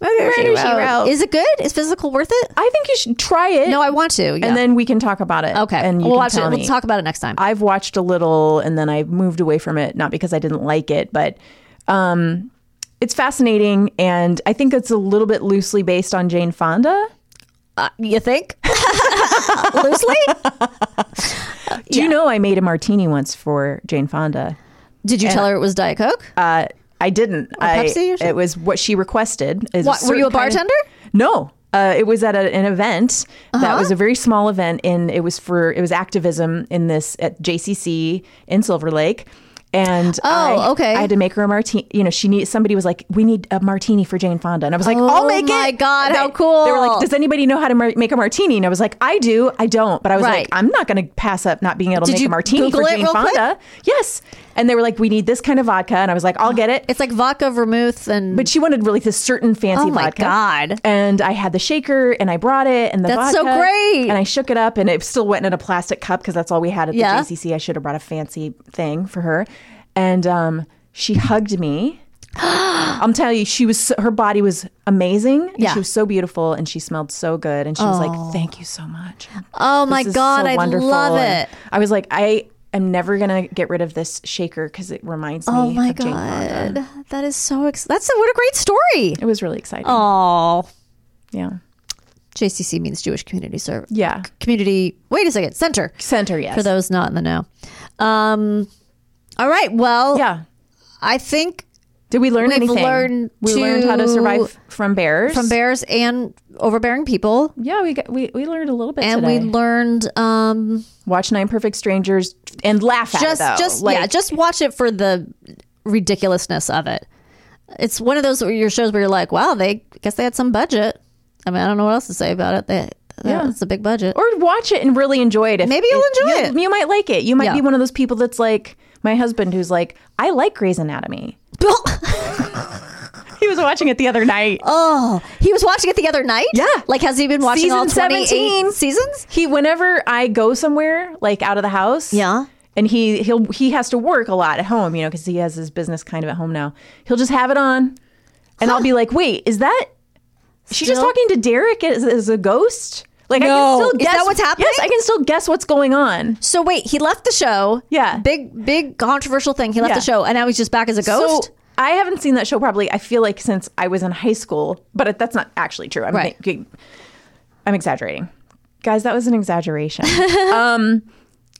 Speaker 3: Murder, She,
Speaker 2: Murder, She
Speaker 3: Wrote."
Speaker 2: Wrote.
Speaker 3: Is it good? Is physical worth it?
Speaker 2: I think you should try it.
Speaker 3: No, I want to. Yeah.
Speaker 2: and then we can talk about it.
Speaker 3: okay,
Speaker 2: and you
Speaker 3: we'll
Speaker 2: can
Speaker 3: watch
Speaker 2: tell
Speaker 3: it.
Speaker 2: me.
Speaker 3: We'll talk about it next time.
Speaker 2: I've watched a little, and then I moved away from it, not because I didn't like it, but um, it's fascinating, and I think it's a little bit loosely based on Jane Fonda.
Speaker 3: Uh,
Speaker 2: [LAUGHS]
Speaker 3: you think loosely?
Speaker 2: Do you know I made a martini once for Jane Fonda?
Speaker 3: Did you tell her it was Diet Coke?
Speaker 2: Uh, I didn't. I,
Speaker 3: Oh, Pepsi or something?
Speaker 2: it was what she requested. Is
Speaker 3: What, were you a
Speaker 2: certain kind of-
Speaker 3: bartender?
Speaker 2: No. Uh, it was at a, an event that
Speaker 3: Uh-huh.
Speaker 2: was a very small event, and it was for it was activism in this at JCC in Silver Lake, And
Speaker 3: Oh,
Speaker 2: I,
Speaker 3: okay.
Speaker 2: I had to make her a martini. You know, she need somebody was like, "We need a martini for Jane Fonda," and I was like,
Speaker 3: Oh
Speaker 2: "I'll make it."
Speaker 3: my God, how
Speaker 2: They were
Speaker 3: cool.
Speaker 2: like, "Does anybody know how to mar- make a martini?" And I was like, "I do, I don't." But I was
Speaker 3: Right.
Speaker 2: like, "I'm not going to pass up not being able to
Speaker 3: Did
Speaker 2: make
Speaker 3: you
Speaker 2: a martini
Speaker 3: Google
Speaker 2: for
Speaker 3: it
Speaker 2: Jane
Speaker 3: real quick?
Speaker 2: Fonda." Yes. And they were like, "We need this kind of vodka," and I was like, "I'll get it."
Speaker 3: It's like vodka, vermouth, and
Speaker 2: But she wanted really this certain fancy
Speaker 3: Oh my
Speaker 2: vodka.
Speaker 3: God.
Speaker 2: And I had the shaker and I brought it and the
Speaker 3: That's so
Speaker 2: vodka.
Speaker 3: great.
Speaker 2: And I shook it up and it still went in a plastic cup because that's all we had at the
Speaker 3: Yeah.
Speaker 2: JCC. I should have brought a fancy thing for her. And um, she hugged
Speaker 3: [GASPS]
Speaker 2: me. I'm telling you, she was so- her body was amazing. and
Speaker 3: Yeah.
Speaker 2: she was so beautiful and she smelled so good. And she was like, "Thank you so much."
Speaker 3: oh my
Speaker 2: This is
Speaker 3: god,
Speaker 2: so
Speaker 3: I
Speaker 2: wonderful.
Speaker 3: love
Speaker 2: And
Speaker 3: it.
Speaker 2: I was like, I am never gonna get rid of this shaker because it reminds me.
Speaker 3: Oh my
Speaker 2: of Jane Fonda.
Speaker 3: god, that is so. Ex- that's a, what a great story.
Speaker 2: It was really exciting.
Speaker 3: Oh,
Speaker 2: Yeah.
Speaker 3: JCC means Jewish Community Service.
Speaker 2: Yeah.
Speaker 3: Community. Wait a second, center.
Speaker 2: Center, yes.
Speaker 3: For those not in the know. Um. All right. Well,
Speaker 2: yeah.
Speaker 3: I think
Speaker 2: Did we learn
Speaker 3: We've
Speaker 2: anything?
Speaker 3: learned
Speaker 2: we learned how to
Speaker 3: to-
Speaker 2: survive from bears.
Speaker 3: from bears and overbearing people,
Speaker 2: Yeah, we, got, we we learned a little bit
Speaker 3: and
Speaker 2: today.
Speaker 3: we learned. Um.
Speaker 2: Watch Nine Perfect Strangers and laugh at it.
Speaker 3: just
Speaker 2: Though.
Speaker 3: just
Speaker 2: like,
Speaker 3: yeah just watch it for the ridiculousness of it it's one of those where your shows where you're like wow they guess they had some budget i mean i don't know what else to say about it they yeah.
Speaker 2: Yeah.
Speaker 3: it's a big budget [LAUGHS]
Speaker 2: or watch it and really enjoy it. If,
Speaker 3: Maybe you'll
Speaker 2: if-
Speaker 3: enjoy
Speaker 2: you-
Speaker 3: it.
Speaker 2: You might like it. You might
Speaker 3: Yeah.
Speaker 2: be one of those people that's like my husband, who's like, I like Grey's Anatomy. He was watching it the other night.
Speaker 3: oh he was watching it the other night
Speaker 2: Yeah.
Speaker 3: like has he been watching all
Speaker 2: Season
Speaker 3: 28
Speaker 2: 17.
Speaker 3: seasons
Speaker 2: He, whenever I go somewhere, like out of the house,
Speaker 3: Yeah.
Speaker 2: and he he'll he has to work a lot at home, you know, because he has his business kind of at home now. He'll just have it on, and I'll be like, "Wait, is that she's just
Speaker 3: Still-
Speaker 2: talking to Derek as, as a ghost?" Like, I
Speaker 3: No.
Speaker 2: can still
Speaker 3: Is
Speaker 2: guess
Speaker 3: that what's happening?
Speaker 2: Yes, I can still guess what's going on.
Speaker 3: so wait he left the show
Speaker 2: Yeah.
Speaker 3: big big controversial thing he left
Speaker 2: Yeah.
Speaker 3: the show and now he's just back as a ghost
Speaker 2: So I haven't seen that show probably. I feel like since I was in high school, but it- that's not actually true. I'm
Speaker 3: Right.
Speaker 2: thinking- I'm exaggerating, guys. That was an
Speaker 3: [LAUGHS]
Speaker 2: exaggeration. um,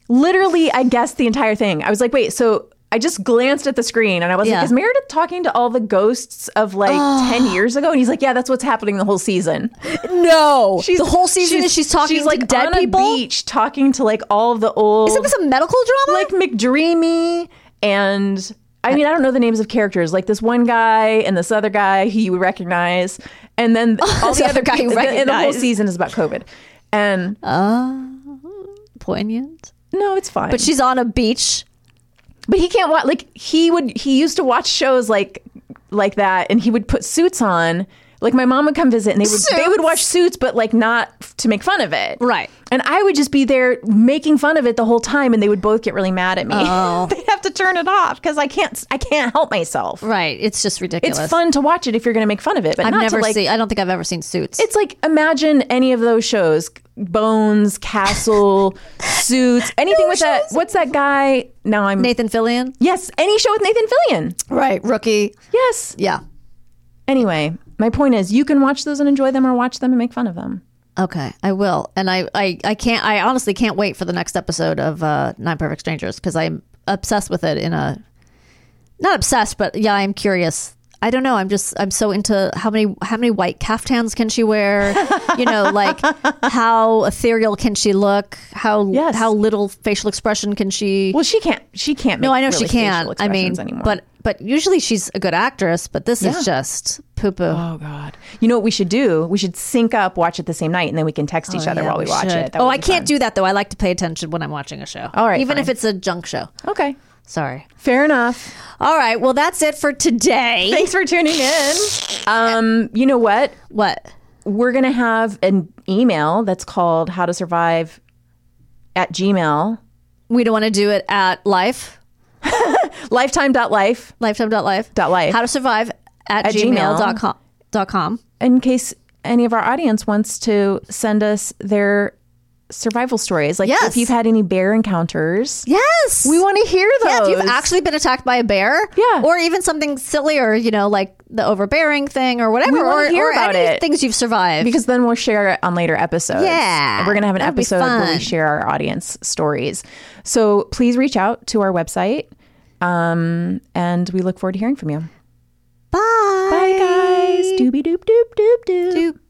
Speaker 2: literally, I guessed the entire thing. I was like, wait, so. I just glanced at the screen and I was
Speaker 3: Yeah. Oh.
Speaker 2: like, "Is Meredith talking to all the ghosts of like ten years ago?" And he's like, "Yeah, that's what's happening the whole season."
Speaker 3: no the whole season is she's talking
Speaker 2: she's like
Speaker 3: to dead
Speaker 2: on
Speaker 3: people
Speaker 2: a beach, talking to like all of the old.
Speaker 3: isn't this a medical drama
Speaker 2: like McDreamy and I mean I don't know the names of characters like this one guy and this other guy who you would recognize and
Speaker 3: [LAUGHS]
Speaker 2: then all
Speaker 3: This
Speaker 2: the
Speaker 3: other
Speaker 2: other
Speaker 3: guy you
Speaker 2: people and the whole
Speaker 3: recognize.
Speaker 2: season is about COVID and
Speaker 3: poignant
Speaker 2: no it's fine
Speaker 3: but she's on a beach
Speaker 2: but he can't watch like he would he used to watch shows like like that and he would put suits on like my mom would come visit and they would they would watch suits but like not f- to make fun of it
Speaker 3: Right.
Speaker 2: and i would just be there making fun of it the whole time and they would both get really mad at me
Speaker 3: Oh.
Speaker 2: [LAUGHS] they have to turn it off because i can't i can't help myself
Speaker 3: Right. It's just ridiculous.
Speaker 2: it's fun to watch it if you're going to make fun of it, but
Speaker 3: I've
Speaker 2: not
Speaker 3: never
Speaker 2: to like.
Speaker 3: seen. I don't think I've ever seen Suits.
Speaker 2: it's like imagine any of those shows: Bones,
Speaker 3: [LAUGHS]
Speaker 2: Castle, Suits, anything with that. What's that guy? Now I'm
Speaker 3: Nathan Fillion.
Speaker 2: yes, any show with Nathan Fillion.
Speaker 3: Right. Rookie.
Speaker 2: Yes.
Speaker 3: Yeah.
Speaker 2: Anyway, my point is, you can watch those and enjoy them, or watch them and make fun of them.
Speaker 3: Okay. I will. And I, I, I can't. I honestly can't wait for the next episode of uh, Nine Perfect Strangers because I'm obsessed with it. In a not obsessed, but yeah, I'm curious. I don't know. I'm just. I'm so into how many how many white caftans can she [LAUGHS] wear? you know, like how ethereal can she look? How
Speaker 2: Yes.
Speaker 3: how little facial expression can she?
Speaker 2: Well, she can't. She can't. Make
Speaker 3: No, I know
Speaker 2: really
Speaker 3: she can.
Speaker 2: facial
Speaker 3: I mean,
Speaker 2: expressions anymore.
Speaker 3: but but usually she's a good actress. But this
Speaker 2: Yeah.
Speaker 3: is just poo poo.
Speaker 2: oh god, you know what we should do? We should sync up, watch it the same night, and then we can text each other while we, watch it. That
Speaker 3: oh,
Speaker 2: would
Speaker 3: I
Speaker 2: be
Speaker 3: can't
Speaker 2: fun.
Speaker 3: do that though. I like to pay attention when I'm watching a show.
Speaker 2: All right,
Speaker 3: even
Speaker 2: fine.
Speaker 3: if it's a junk show.
Speaker 2: Okay,
Speaker 3: Sorry.
Speaker 2: fair enough.
Speaker 3: [LAUGHS] All right. Well, that's it for today.
Speaker 2: Thanks for tuning in. Um, you know what?
Speaker 3: What?
Speaker 2: We're gonna have an email that's called how to survive at Gmail.
Speaker 3: We don't want to do it at life.
Speaker 2: Lifetime.life
Speaker 3: Lifetime.life.
Speaker 2: Dot life.
Speaker 3: How to survive at,
Speaker 2: At
Speaker 3: gmail.
Speaker 2: gmail.
Speaker 3: dot com Dot com.
Speaker 2: in case any of our audience wants to send us their survival stories. Like
Speaker 3: Yes.
Speaker 2: if you've had any bear encounters.
Speaker 3: Yes.
Speaker 2: We want to hear those.
Speaker 3: Yeah, if you've actually been attacked by a bear,
Speaker 2: Yeah.
Speaker 3: or even something sillier, you know, like the overbearing thing or whatever,
Speaker 2: We wanna
Speaker 3: or,
Speaker 2: hear
Speaker 3: or
Speaker 2: about
Speaker 3: any
Speaker 2: it.
Speaker 3: things you've survived.
Speaker 2: because then we'll share it on later episodes.
Speaker 3: Yeah,
Speaker 2: We're going to have an
Speaker 3: that'd be
Speaker 2: episode where
Speaker 3: fun.
Speaker 2: we share our audience stories. So please reach out to our website. Um, and we look forward to hearing from you.
Speaker 3: Bye.
Speaker 2: Bye, guys. Doobie doop doop doop doop.
Speaker 3: Doop.